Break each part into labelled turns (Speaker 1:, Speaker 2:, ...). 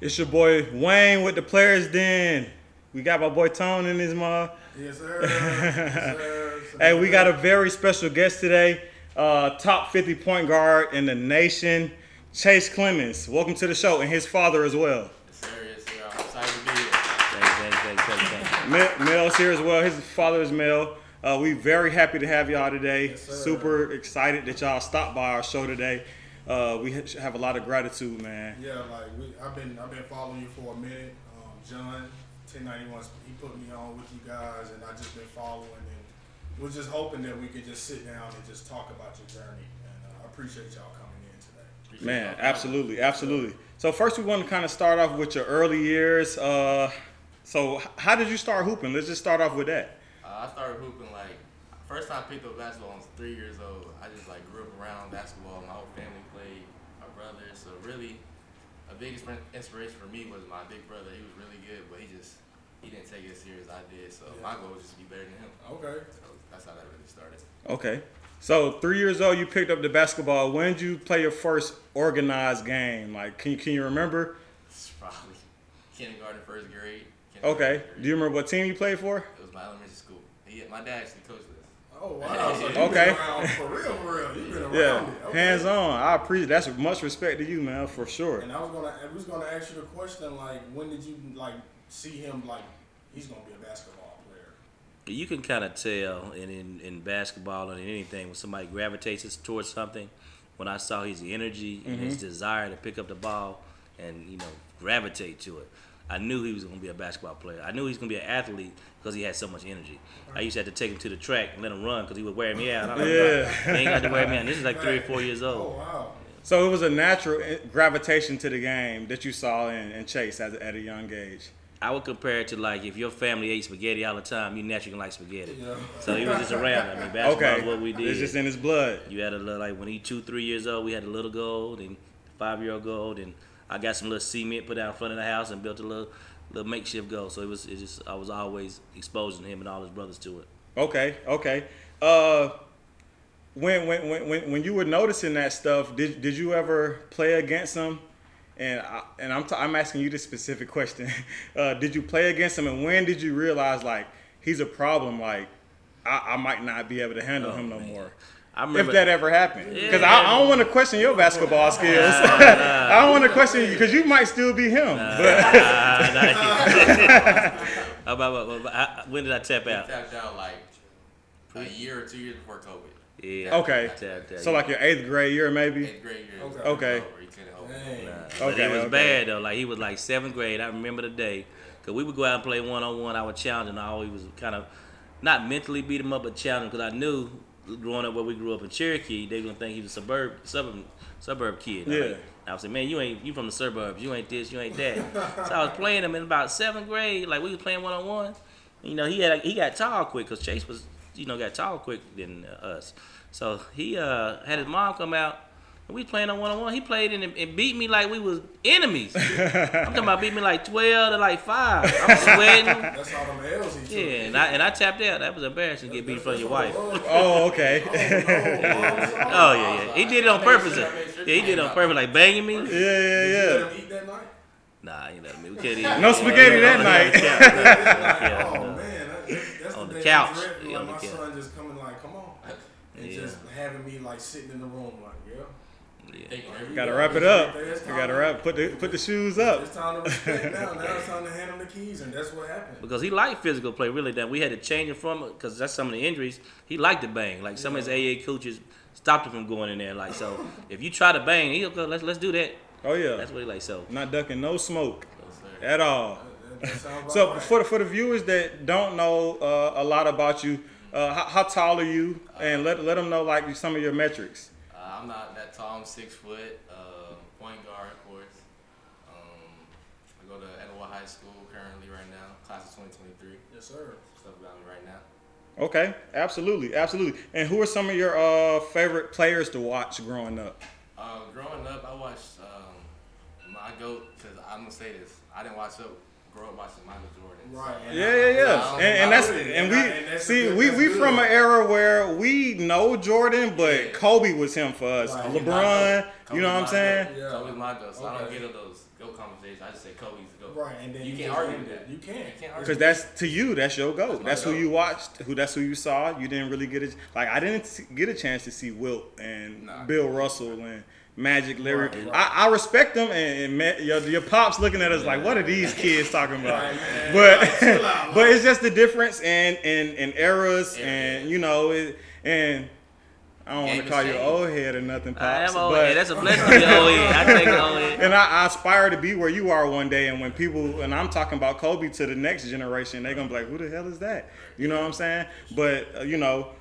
Speaker 1: It's your boy Wayne with the Players Den. We got my boy Tone in his mug.
Speaker 2: Yes, sir. yes, sir.
Speaker 1: Hey, we got a very special guest today. Uh, top 50 point guard in the nation, Chase Clemens. Welcome to the show, and his father as well.
Speaker 3: Serious, yo. I'm excited to be here.
Speaker 4: Thanks, thanks, thanks, thanks, thanks.
Speaker 1: Mel, Mel's here as well. His father is Mel. Uh, we very happy to have y'all today.
Speaker 2: sir.
Speaker 1: Super excited that y'all stopped by our show today. Uh, we ha- have a lot of gratitude, man.
Speaker 2: Yeah, like we, I've been, I've been following you for a minute. Um, John, 1091, he put me on with you guys, and I just been following, and was just hoping that we could just sit down and just talk about your journey. And uh, I appreciate y'all coming in today.
Speaker 3: Appreciate
Speaker 1: Man,
Speaker 3: y'all.
Speaker 1: absolutely, absolutely. So first, we want to kind of start off with your early years. Uh, so h- how did you start hooping? Let's just start off with that.
Speaker 3: Uh, I started hooping like first time I picked up basketball I was three years old. I just like grew up around basketball. My whole family played, my brother. So really, a big inspir- inspiration for me was my big brother. He was really good, but he just he didn't take it as serious as I did. So
Speaker 2: Yeah.
Speaker 3: my goal was just to be better than him.
Speaker 2: Okay.
Speaker 3: So that's how that really started.
Speaker 1: Okay. So three years old, you picked up the basketball. When did you play your first organized game? Like, can you, can you remember?
Speaker 3: It's probably kindergarten, first grade. kindergarten,
Speaker 1: Okay.
Speaker 3: first
Speaker 1: Do you remember what team you played for?
Speaker 3: grade. It was my elementary school. He, my dad actually coached us.
Speaker 2: Oh wow. So you
Speaker 1: Okay.
Speaker 2: Been around for real, for real. You've been around
Speaker 1: Yeah.
Speaker 2: it. Okay.
Speaker 1: Hands on. I appreciate. That's much respect to you, man, for sure.
Speaker 2: And I was gonna, I was gonna ask you the question, like, when did you like see him? Like, he's gonna be a basketball player.
Speaker 4: You can kind of tell in, in, in basketball and in anything when somebody gravitates us towards something. When I saw his energy and
Speaker 1: Mm-hmm.
Speaker 4: his desire to pick up the ball and you know gravitate to it, I knew he was going to be a basketball player. I knew he was going to be an athlete because he had so much energy. I used to have to take him to the track and let him run because he would wear me out. I'm like,
Speaker 1: Yeah.
Speaker 4: "Bro, he ain't got to wear me out. This is like three or four years
Speaker 2: Oh
Speaker 4: old.
Speaker 2: wow.
Speaker 1: So it was a natural eh, gravitation to the game that you saw in, in Chase as, at a young age.
Speaker 4: I would compare it to like if your family ate spaghetti all the time, you naturally gonna like spaghetti.
Speaker 2: Yeah.
Speaker 4: So he was just around. it. I mean, basketball
Speaker 1: Okay.
Speaker 4: is what we did.
Speaker 1: It's just in his blood.
Speaker 4: You had a little like when he two, three years old, we had a little gold and five year old gold, and I got some little cement put out in front of the house and built a little little makeshift goal. So it was it just I was always exposing him and all his brothers to it.
Speaker 1: Okay, okay. Uh, when, when when when when you were noticing that stuff, did did you ever play against them? And I, and I'm t- I'm asking you this specific question. Uh, did you play against him, and when did you realize like he's a problem? Like I, I might not be able to handle
Speaker 4: Oh,
Speaker 1: him no
Speaker 4: man.
Speaker 1: more.
Speaker 4: I remember
Speaker 1: If that ever happened, because I,
Speaker 4: Yeah.
Speaker 1: I don't want to question your basketball skills. I don't want to question you because you might still be him. but
Speaker 4: How about- about- about- how- when did I tap
Speaker 3: He
Speaker 4: out?
Speaker 3: tapped out like a year or two years before COVID.
Speaker 4: Yeah.
Speaker 1: Okay.
Speaker 4: Tapped out.
Speaker 1: so like your eighth grade year, maybe.
Speaker 3: Eighth grade year.
Speaker 2: Okay.
Speaker 1: Okay.
Speaker 3: Over. He couldn't hold it.
Speaker 2: Dang.
Speaker 4: But
Speaker 1: Okay,
Speaker 4: it was
Speaker 1: okay.
Speaker 4: bad though. Like he was like seventh grade. I remember the day, cause we would go out and play one on one. I would challenge him. I always was kind of not mentally beat him up, but challenge because I knew growing up where we grew up in Cherokee, they gonna think he was a suburb suburb suburb kid.
Speaker 1: Yeah.
Speaker 4: Like, I was saying, man, you ain't you from the suburbs. You ain't this. You ain't that. so I was playing him in about seventh grade. Like we was playing one on one. You know, he had he got tall quick because Chase was you know got tall quick than uh, us. So he uh, had his mom come out. And we playing on one on one. He played and, and beat me like we was enemies. I'm talking about beat me like twelve to like five. I'm sweating.
Speaker 2: That's all them L's he took.
Speaker 4: Yeah, and I and I tapped out. That was embarrassing to get beat in front of your wife.
Speaker 2: Oh,
Speaker 1: Oh, okay.
Speaker 2: yeah,
Speaker 4: Oh yeah, yeah. He did it on purpose. Yeah, he did it on purpose, like banging
Speaker 1: yeah,
Speaker 4: me.
Speaker 1: yeah, yeah.
Speaker 2: Let him eat that night?
Speaker 4: Nah, you know me. We couldn't even.
Speaker 1: No spaghetti that
Speaker 4: On the
Speaker 1: night.
Speaker 4: couch.
Speaker 2: Like,
Speaker 4: Yeah,
Speaker 2: oh
Speaker 4: no.
Speaker 2: man, that, that's, that's
Speaker 4: On the
Speaker 2: thing
Speaker 4: couch.
Speaker 2: I dread,
Speaker 4: Yeah,
Speaker 2: like,
Speaker 4: on the
Speaker 2: my
Speaker 4: couch.
Speaker 2: son just coming like, come on, and
Speaker 4: Yeah.
Speaker 2: just having me like sitting in the room like, yeah,
Speaker 4: Yeah.
Speaker 3: Thinking every
Speaker 1: Gotta
Speaker 3: day.
Speaker 1: wrap it up. You gotta wrap. Put the put the shoes up.
Speaker 2: it's time to respect now. Now it's time to hand him the keys, and that's what happened.
Speaker 4: because he liked physical play really that we had to change it from because that's some of the injuries he liked to bang like some of his AA coaches stopped him from going in there like so if you try to bang he'll go let's let's do that
Speaker 1: Oh yeah.
Speaker 4: that's what he like so
Speaker 1: Not ducking no smoke
Speaker 3: Yes, sir.
Speaker 1: at all.
Speaker 2: That- that sounds about
Speaker 1: So
Speaker 2: right.
Speaker 1: for the, for the viewers that don't know uh, a lot about you, uh, how, how tall are you? And let let them know like some of your metrics.
Speaker 3: Uh, I'm not that tall. I'm six foot. Uh, point guard, of course. Um, I go to Etowah High School currently right now, class of 2023.
Speaker 2: yes, sir.
Speaker 3: Stuff about me right now.
Speaker 1: Okay, absolutely, absolutely. And who are some of your uh, favorite players to watch growing up?
Speaker 3: Uh, growing up, I watched um, my goat because I'm gonna say this. I didn't watch up. Grow up watching Michael Jordan.
Speaker 2: Right.
Speaker 1: Yeah, yeah, yeah.
Speaker 3: Um,
Speaker 1: And, and that's
Speaker 2: absolutely.
Speaker 1: and
Speaker 2: And
Speaker 1: we
Speaker 2: "Oh, that's
Speaker 1: see
Speaker 2: good,
Speaker 1: we
Speaker 2: that's
Speaker 1: we
Speaker 2: good.
Speaker 1: from an era where we know Jordan, but
Speaker 3: Yeah.
Speaker 1: Kobe was him for us.
Speaker 2: Right.
Speaker 1: LeBron,
Speaker 3: Kobe's
Speaker 1: you know what I'm
Speaker 3: my
Speaker 1: saying?
Speaker 3: goat.
Speaker 2: Yeah.
Speaker 3: Kobe's my goat, so I don't
Speaker 2: Okay.
Speaker 3: get of those goat conversation. I just say Kobe's the goat.
Speaker 2: Right, and then
Speaker 3: you, can't
Speaker 2: just
Speaker 3: argue
Speaker 2: leave
Speaker 3: with
Speaker 2: it.
Speaker 3: that.
Speaker 2: You can't.
Speaker 3: You can't argue.
Speaker 1: Because that's to you, that's your go. That's,
Speaker 3: my
Speaker 1: who
Speaker 3: goat.
Speaker 1: you watched. Who that's who you saw. You didn't really get it. Like I didn't s- get a chance to see Wilt and
Speaker 3: Nah.
Speaker 1: Bill Russell and Magic Larry.
Speaker 2: Right, right.
Speaker 1: I, I respect them, and, and ma- your, your pops looking at us like, "What are these kids talking about?"
Speaker 2: Right, man. Chill
Speaker 1: but
Speaker 2: out,
Speaker 1: but it's just the difference in in, in eras, and you know, it, and I don't want
Speaker 3: Game
Speaker 1: to
Speaker 3: is
Speaker 1: call you an
Speaker 3: changing.
Speaker 1: old head or nothing, pops.
Speaker 4: I am old
Speaker 1: but-
Speaker 4: head. That's a blessing to be old head. I take an old head.
Speaker 1: and I, I aspire to be where you are one day. And when people, and I'm talking about Kobe to the next generation, they're gonna be like, "Who the hell is that?" You know what I'm saying? But uh, you know,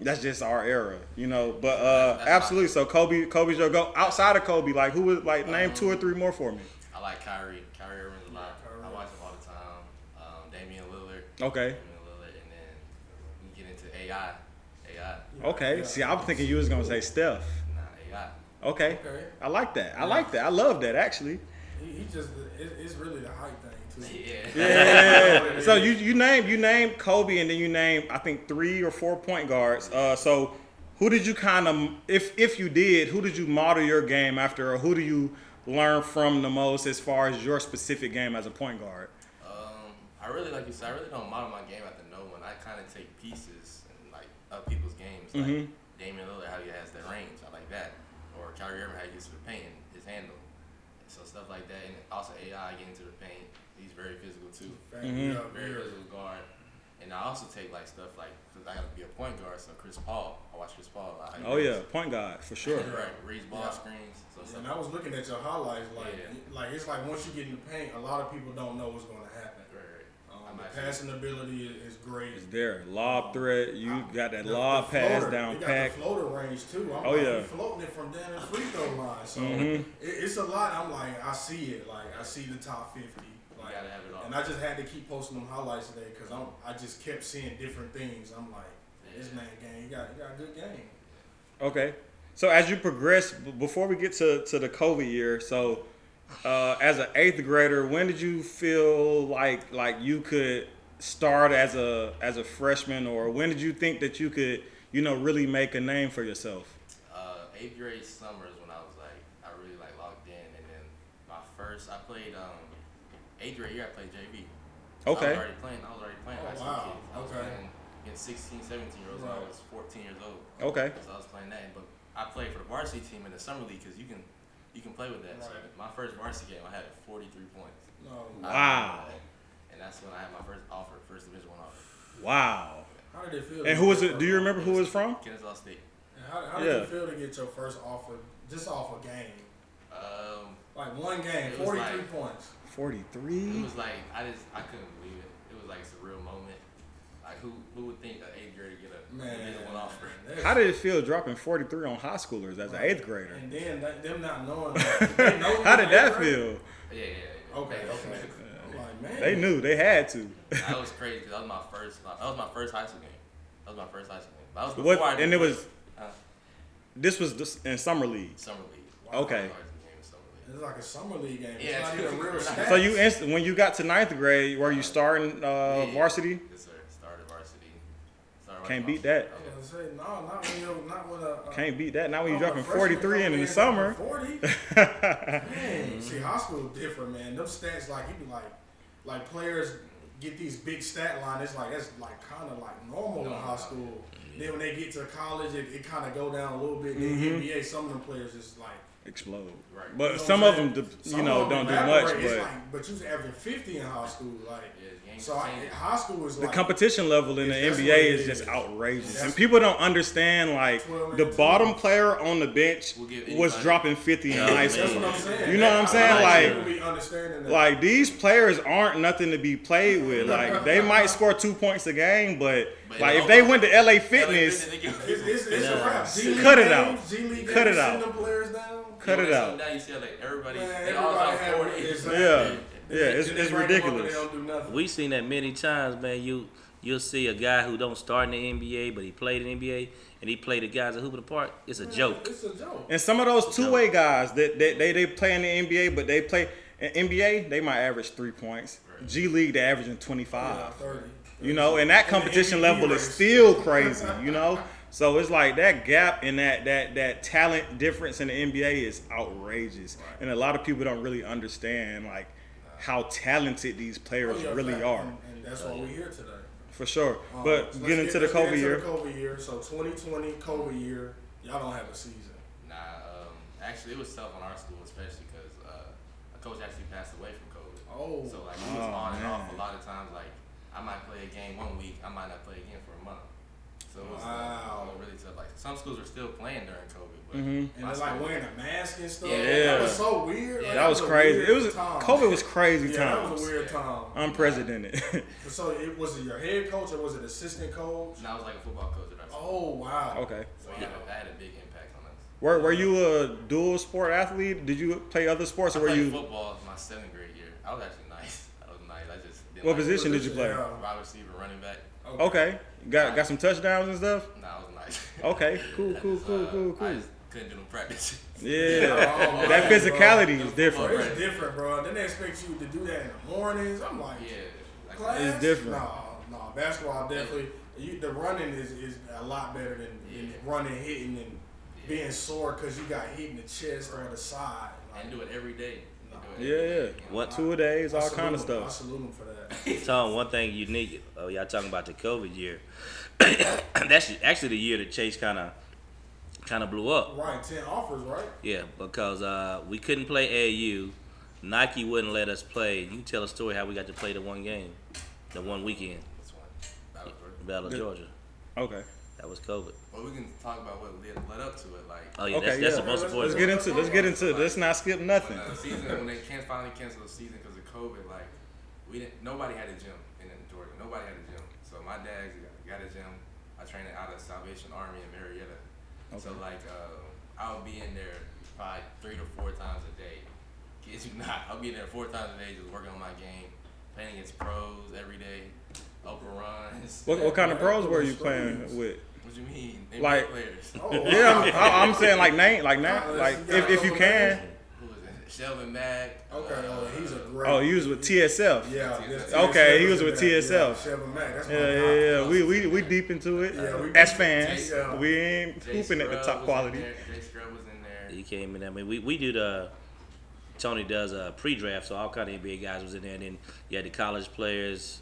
Speaker 1: that's just our era, you know. But uh,
Speaker 3: That's
Speaker 1: absolutely. So Kobe, Kobe's your go. Outside of Kobe, like who would like name two or three more for me?
Speaker 3: I like Kyrie. Kyrie Irving's a lot.
Speaker 2: Kyrie.
Speaker 3: I watch him all the time. Um, Damian Lillard.
Speaker 1: Okay.
Speaker 3: Damian Lillard, and then we get into AI. AI.
Speaker 1: Okay. See, I'm thinking you was gonna say Steph.
Speaker 3: Nah, AI.
Speaker 1: Okay.
Speaker 2: Okay.
Speaker 1: I like that. I like that. I love that actually.
Speaker 2: He, he just it, it's really the hype thing too.
Speaker 3: Yeah.
Speaker 1: Yeah. so you you name you name Kobe and then you name I think three or four point guards. Uh, so who did you kind of if if you did who did you model your game after or who do you learn from the most as far as your specific game as a point guard?
Speaker 3: Um, I really like you said. I really don't model my game after no one. I kind of take pieces and like of people's games. Like
Speaker 1: Mhm.
Speaker 3: Damian Lillard, how he has that range, I like that. Or Kyrie Irving, how he gets to the paint, and his handle. So stuff like that, and also AI getting to the paint. He's very physical too.
Speaker 2: Fact,
Speaker 1: Mhm.
Speaker 2: yeah,
Speaker 3: very
Speaker 2: yeah.
Speaker 3: physical guard. And I also take like stuff like because I got to be a point guard. So Chris Paul, I watch Chris Paul a lot.
Speaker 1: Oh yeah, point guard for sure.
Speaker 3: right. Reads ball
Speaker 2: Yeah.
Speaker 3: screens. So stuff
Speaker 2: And I was looking at your highlights, like
Speaker 3: Yeah.
Speaker 2: like it's like once you get in the paint, a lot of people don't know what's going to happen.
Speaker 3: Right, right.
Speaker 2: Um,
Speaker 3: I'm
Speaker 2: the
Speaker 3: actually-
Speaker 2: passing ability is, is great.
Speaker 1: It's there lob threat. You got that
Speaker 2: The-
Speaker 1: lob
Speaker 2: the
Speaker 1: pass
Speaker 2: floater.
Speaker 1: down
Speaker 2: you got
Speaker 1: pack.
Speaker 2: The floater range too. I'm
Speaker 1: Oh,
Speaker 2: like,
Speaker 1: yeah.
Speaker 2: you floating it from down the free throw line. So
Speaker 1: Mhm.
Speaker 2: it, it's a lot. I'm like, I see it. Like I see the top fifty. Like,
Speaker 3: gotta have it all.
Speaker 2: And I just had to keep posting them highlights today because I'm I just kept seeing different things. I'm like, this
Speaker 3: Yeah.
Speaker 2: man game, you got you got a good game.
Speaker 1: Okay. So as you progress, b- before we get to, to the COVID year, so uh, as an eighth grader, when did you feel like like you could start as a as a freshman, or when did you think that you could you know really make a name for yourself?
Speaker 3: uh, eighth grade summer is when I was like, I really like locked in. And then my first, I played um, eighth grade year. I played JV. So I was
Speaker 1: Okay.
Speaker 3: already playing. I was already playing
Speaker 2: Oh,
Speaker 3: high school
Speaker 2: wow.
Speaker 3: kids. I was
Speaker 2: Okay.
Speaker 3: playing against 16, 17 year olds. when
Speaker 2: Right.
Speaker 3: I was 14 years old.
Speaker 1: Okay.
Speaker 3: So I was playing that. But I played for the varsity team in the summer league because you can, you can play with that. So
Speaker 2: Right.
Speaker 3: my first varsity game, I had 43 points.
Speaker 2: No,
Speaker 3: I-
Speaker 1: Wow.
Speaker 3: and that's when I had my first offer, first division one offer.
Speaker 1: Wow.
Speaker 2: how did it feel?
Speaker 1: And who was it? Do you remember who it was from?
Speaker 3: Kennesaw State.
Speaker 2: And How, how did
Speaker 1: Yeah.
Speaker 2: it feel to get your first offer just off a game?
Speaker 3: Um,
Speaker 2: Like one game,
Speaker 3: It was
Speaker 2: forty three
Speaker 3: like-
Speaker 2: points.
Speaker 1: Forty
Speaker 3: It
Speaker 1: three.
Speaker 3: was like I just I couldn't believe it. It was like a surreal moment. Like who who would think an eighth grader get a
Speaker 2: Man,
Speaker 3: get one offer?
Speaker 2: that's-
Speaker 1: How did it feel dropping forty three on high schoolers as an eighth grader?
Speaker 2: And then that, them not knowing. That, they know you
Speaker 1: How did
Speaker 2: eighth
Speaker 1: that
Speaker 2: grade.
Speaker 1: feel?
Speaker 3: Yeah, yeah, yeah.
Speaker 2: Okay,
Speaker 3: That-
Speaker 2: okay. I'm like, man.
Speaker 1: They knew they had to.
Speaker 3: That was crazy. 'cause That was my first. That was my first high school game. That was my first high school game. That was before I
Speaker 1: What?
Speaker 3: did
Speaker 1: And it was.
Speaker 3: Huh?
Speaker 1: This was just in summer league.
Speaker 3: summer league.
Speaker 1: Okay.
Speaker 3: High school game was summer league.
Speaker 2: It's like a summer league game.
Speaker 3: Yeah,
Speaker 2: it's not
Speaker 3: it's-
Speaker 2: even real
Speaker 3: it's-
Speaker 2: stats.
Speaker 1: So you inst- when you got to ninth grade, were you starting uh,
Speaker 3: Yeah, yeah.
Speaker 1: varsity?
Speaker 3: Yes, sir. Started varsity. Started
Speaker 1: Can't
Speaker 3: varsity.
Speaker 1: beat that.
Speaker 2: I was gonna say no, not when you not when a. a
Speaker 1: Can't beat that. Now when you
Speaker 2: oh,
Speaker 1: dropping
Speaker 2: freshman
Speaker 1: 43 in
Speaker 2: coming
Speaker 1: the
Speaker 2: dropping
Speaker 1: summer.
Speaker 2: Forty. Man, see, high school different, man. Them stats, like you be like, like players get these big stat line. It's like that's like kind of like normal in high school. Then when they get to college, it, it kind of go down a little bit. Then
Speaker 1: Mm-hmm.
Speaker 2: NBA, some of them players just like.
Speaker 1: Explode.
Speaker 3: Right.
Speaker 1: But
Speaker 2: You know
Speaker 1: some
Speaker 2: what
Speaker 1: of
Speaker 2: I'm
Speaker 1: them,
Speaker 2: saying?
Speaker 1: you
Speaker 2: Some
Speaker 1: know,
Speaker 2: of
Speaker 1: don't
Speaker 2: them
Speaker 1: do much.
Speaker 2: elaborate. It's
Speaker 1: But
Speaker 2: like, but you was averaging 50 in high school, like
Speaker 3: Yeah, the game's
Speaker 2: so. I,
Speaker 3: changed.
Speaker 2: high school is
Speaker 1: the
Speaker 2: like
Speaker 1: competition level in the
Speaker 2: That's
Speaker 1: NBA
Speaker 2: what it
Speaker 1: is
Speaker 2: is.
Speaker 1: just outrageous,
Speaker 2: That's-
Speaker 1: and people don't understand. Like
Speaker 2: Twelve
Speaker 1: the
Speaker 2: and two.
Speaker 1: bottom player on the bench
Speaker 3: We'll give
Speaker 1: was
Speaker 3: anybody.
Speaker 1: dropping 50 in
Speaker 4: Yeah,
Speaker 1: high
Speaker 4: man.
Speaker 2: That's
Speaker 1: school.
Speaker 2: what I'm saying.
Speaker 1: You know what I'm
Speaker 2: I- I
Speaker 1: saying?
Speaker 2: like
Speaker 1: Like-
Speaker 2: people be understanding that.
Speaker 1: Like these players aren't nothing to be played with. Like they might score two points a game, but,
Speaker 3: But
Speaker 1: like
Speaker 3: it
Speaker 1: if they
Speaker 3: all-
Speaker 1: went to LA
Speaker 3: Yeah, they
Speaker 1: Fitness,
Speaker 3: did it
Speaker 2: It's,
Speaker 3: again.
Speaker 2: it's, it's a wrap. G
Speaker 1: Cut
Speaker 2: League
Speaker 1: it out.
Speaker 2: games, G League
Speaker 1: Cut
Speaker 2: games
Speaker 1: it
Speaker 2: send
Speaker 1: out.
Speaker 2: them players down.
Speaker 1: cut it out.
Speaker 3: Now you see like everybody,
Speaker 2: Man,
Speaker 3: they all
Speaker 2: everybody
Speaker 3: out
Speaker 2: had-
Speaker 3: forty.
Speaker 2: exactly.
Speaker 1: Yeah, yeah,
Speaker 2: They-
Speaker 1: it's,
Speaker 2: they
Speaker 1: it's
Speaker 2: bring them up and
Speaker 1: ridiculous.
Speaker 2: They don't do nothing.
Speaker 4: We seen that many times, man. You you'll see a guy who don't start in the NBA, but he played in the NBA and he played the guys at Hooper the Park. It's a joke.
Speaker 2: It's a joke.
Speaker 1: And some of those two way guys that they, they they play in the NBA, but they play in NBA, they might average three points. G League, they're averaging twenty
Speaker 2: Yeah,
Speaker 1: five.
Speaker 2: 30.
Speaker 1: You know, and that
Speaker 2: And the
Speaker 1: competition
Speaker 2: MVP
Speaker 1: level is
Speaker 2: race.
Speaker 1: still crazy. You know, So it's like that gap and that that that talent difference in the NBA is outrageous,
Speaker 3: Right.
Speaker 1: and a lot of people don't really understand like how talented these players
Speaker 2: Oh, yeah,
Speaker 1: really
Speaker 2: fact.
Speaker 1: are,
Speaker 2: And, and that's why we're here today.
Speaker 1: for sure. but
Speaker 2: Um, so let's
Speaker 1: getting to
Speaker 2: get-
Speaker 1: the
Speaker 2: let's get
Speaker 1: COVID
Speaker 2: into
Speaker 1: year,
Speaker 2: the COVID year. So 2020 COVID year, y'all don't have a season.
Speaker 3: Nah, um, actually, it was tough on our school, especially because uh, a coach actually passed away from COVID.
Speaker 2: Oh.
Speaker 3: So like we was
Speaker 1: Oh,
Speaker 3: on and off
Speaker 1: man.
Speaker 3: a lot of times. Like I might play a game one week, I might not play again for a month. So it was
Speaker 2: Wow.
Speaker 3: like, really tough. Like some schools are still playing during COVID, but
Speaker 1: Mhm.
Speaker 2: And
Speaker 3: my
Speaker 2: they're like
Speaker 3: school-
Speaker 2: wearing a mask and stuff.
Speaker 3: Yeah.
Speaker 2: That was so weird.
Speaker 3: Yeah,
Speaker 2: Like,
Speaker 1: that was
Speaker 2: a
Speaker 1: crazy.
Speaker 2: weird
Speaker 1: It was
Speaker 2: time.
Speaker 1: COVID was crazy
Speaker 2: yeah, That was a
Speaker 1: times,
Speaker 2: weird
Speaker 3: Yeah.
Speaker 2: time.
Speaker 1: unprecedented.
Speaker 2: so it was it your head coach or was it assistant coach?
Speaker 3: and I was like a football coach at our school.
Speaker 2: Oh wow.
Speaker 1: okay.
Speaker 3: So yeah, that had a big impact on us.
Speaker 1: Were, were you a dual sport athlete? Did you play other sports,
Speaker 3: I
Speaker 1: or were
Speaker 3: played
Speaker 1: you
Speaker 3: football my seventh grade year. I was actually nice. I was nice. I just didn't
Speaker 1: what
Speaker 3: like
Speaker 1: position did you play?
Speaker 2: Yeah.
Speaker 3: Wide receiver, running back.
Speaker 1: Okay, got got some touchdowns and stuff.
Speaker 3: Nah, I was nice.
Speaker 1: Okay, cool,
Speaker 3: I
Speaker 1: cool,
Speaker 3: just,
Speaker 1: cool,
Speaker 3: uh,
Speaker 1: cool,
Speaker 3: I
Speaker 1: cool.
Speaker 3: just couldn't do no practice.
Speaker 1: Yeah,
Speaker 2: Oh,
Speaker 1: that
Speaker 2: man,
Speaker 1: physicality is
Speaker 2: bro.
Speaker 1: different.
Speaker 2: It's different, bro. Then they expect you to do that in the mornings. I'm like,
Speaker 3: yeah. Like,
Speaker 2: class?
Speaker 1: It's different.
Speaker 2: Nah, nah. Basketball definitely. You, the running is, is a lot better than, than
Speaker 3: Yeah.
Speaker 2: running, hitting, and
Speaker 3: Yeah.
Speaker 2: being sore because you got hit in the chest or the side.
Speaker 3: And do it every day.
Speaker 2: Nah.
Speaker 3: And do it
Speaker 1: Yeah,
Speaker 3: every
Speaker 1: yeah.
Speaker 3: day, you know?
Speaker 4: What?
Speaker 1: Two a days,
Speaker 2: I
Speaker 1: all
Speaker 2: salute
Speaker 1: kind of
Speaker 2: them. I
Speaker 1: stuff.
Speaker 2: salute them for that.
Speaker 4: Tom, one thing unique. Oh, y'all talking about the COVID year. That's actually the year that Chase kind of kind of blew up.
Speaker 2: Right, ten offers, right?
Speaker 4: Yeah, because uh, we couldn't play AU. Nike wouldn't let us play. You tell a story how we got to play the one game, the one weekend,
Speaker 3: This one. Battle for it.
Speaker 4: the Battle of
Speaker 1: Good.
Speaker 4: Georgia.
Speaker 1: Okay,
Speaker 4: That was COVID.
Speaker 3: But we can talk about what led, led up to it. Like, uh,
Speaker 4: Oh yeah,
Speaker 1: Okay,
Speaker 4: that's, that's
Speaker 1: yeah.
Speaker 4: the most important.
Speaker 1: let's get into let's get into let's not skip nothing.
Speaker 3: when uh, the season when they can finally canceled the season because of COVID, like we didn't. Nobody had a gym in in Georgia. Nobody had a gym. So my dad got, got a gym. I trained out of Salvation Army in Marietta. So
Speaker 1: Okay.
Speaker 3: like uh, I'll be in there probably three to four times a day. Kid you not, I'll be in there four times a day just working on my game, playing against pros every day, open runs.
Speaker 1: What, what kind of pros were you playing with?
Speaker 3: What you mean? NBA
Speaker 1: Like-
Speaker 3: players.
Speaker 2: Oh,
Speaker 1: Yeah, I'm, I- I'm saying like name, like now,
Speaker 2: Nah,
Speaker 1: like
Speaker 2: you got
Speaker 1: if,
Speaker 2: a
Speaker 1: if you
Speaker 2: couple
Speaker 1: can.
Speaker 2: names?
Speaker 3: Who was it? Shelvin Mack. uh,
Speaker 2: Okay, oh, he's a great.
Speaker 1: Oh, you was with TSF.
Speaker 2: Yeah,
Speaker 3: TSF.
Speaker 2: that's
Speaker 1: Okay, he
Speaker 2: TSF.
Speaker 1: was with
Speaker 2: Yeah,
Speaker 1: TSF.
Speaker 2: Chevy Mack, that's my
Speaker 1: Yeah,
Speaker 2: guy.
Speaker 1: yeah, yeah. We we we deep into it.
Speaker 2: Yeah, we-
Speaker 1: As fans,
Speaker 2: Yeah.
Speaker 1: we ain't hooping at the top quality.
Speaker 3: Jay Scrub was in there.
Speaker 4: He came in. I mean, we, we do the Tony does a pre-draft, so all kind of NBA guys was in there. And then you had the college players.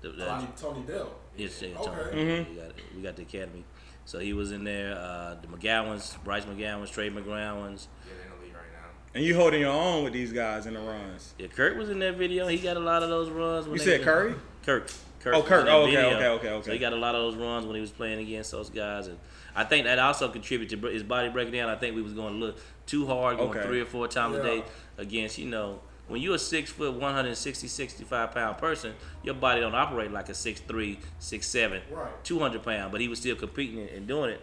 Speaker 4: The, the,
Speaker 2: Tony, Tony Dell.
Speaker 4: yes, yeah,
Speaker 2: Okay.
Speaker 4: Tony.
Speaker 1: Mm-hmm.
Speaker 4: We, got, we got the academy, so he was in there. Uh, the McGowans, Bryce McGowans, Trey McGowans.
Speaker 3: Yeah, they're in the league right now.
Speaker 1: And you holding your own with these guys in the runs.
Speaker 4: Yeah, Kirk was in that video. He got a lot of those runs. When
Speaker 1: You
Speaker 4: they
Speaker 1: said
Speaker 4: was in-
Speaker 1: Curry?
Speaker 4: Kirk. Kirk.
Speaker 1: Oh,
Speaker 4: was
Speaker 1: Kirk.
Speaker 4: in that
Speaker 1: Oh, okay, okay, okay, okay.
Speaker 4: So he got a lot of those runs when he was playing against those guys, and I think that also contributed to br- his body breaking down. I think we was going a little too hard, going
Speaker 1: Okay.
Speaker 4: three or four times a
Speaker 2: Yeah.
Speaker 4: day against you know. When you're a six foot, 160, 65 pound person, your body don't operate like a 6'3", 6'7",
Speaker 2: Right.
Speaker 4: 200 pound. But he was still competing and- and doing it.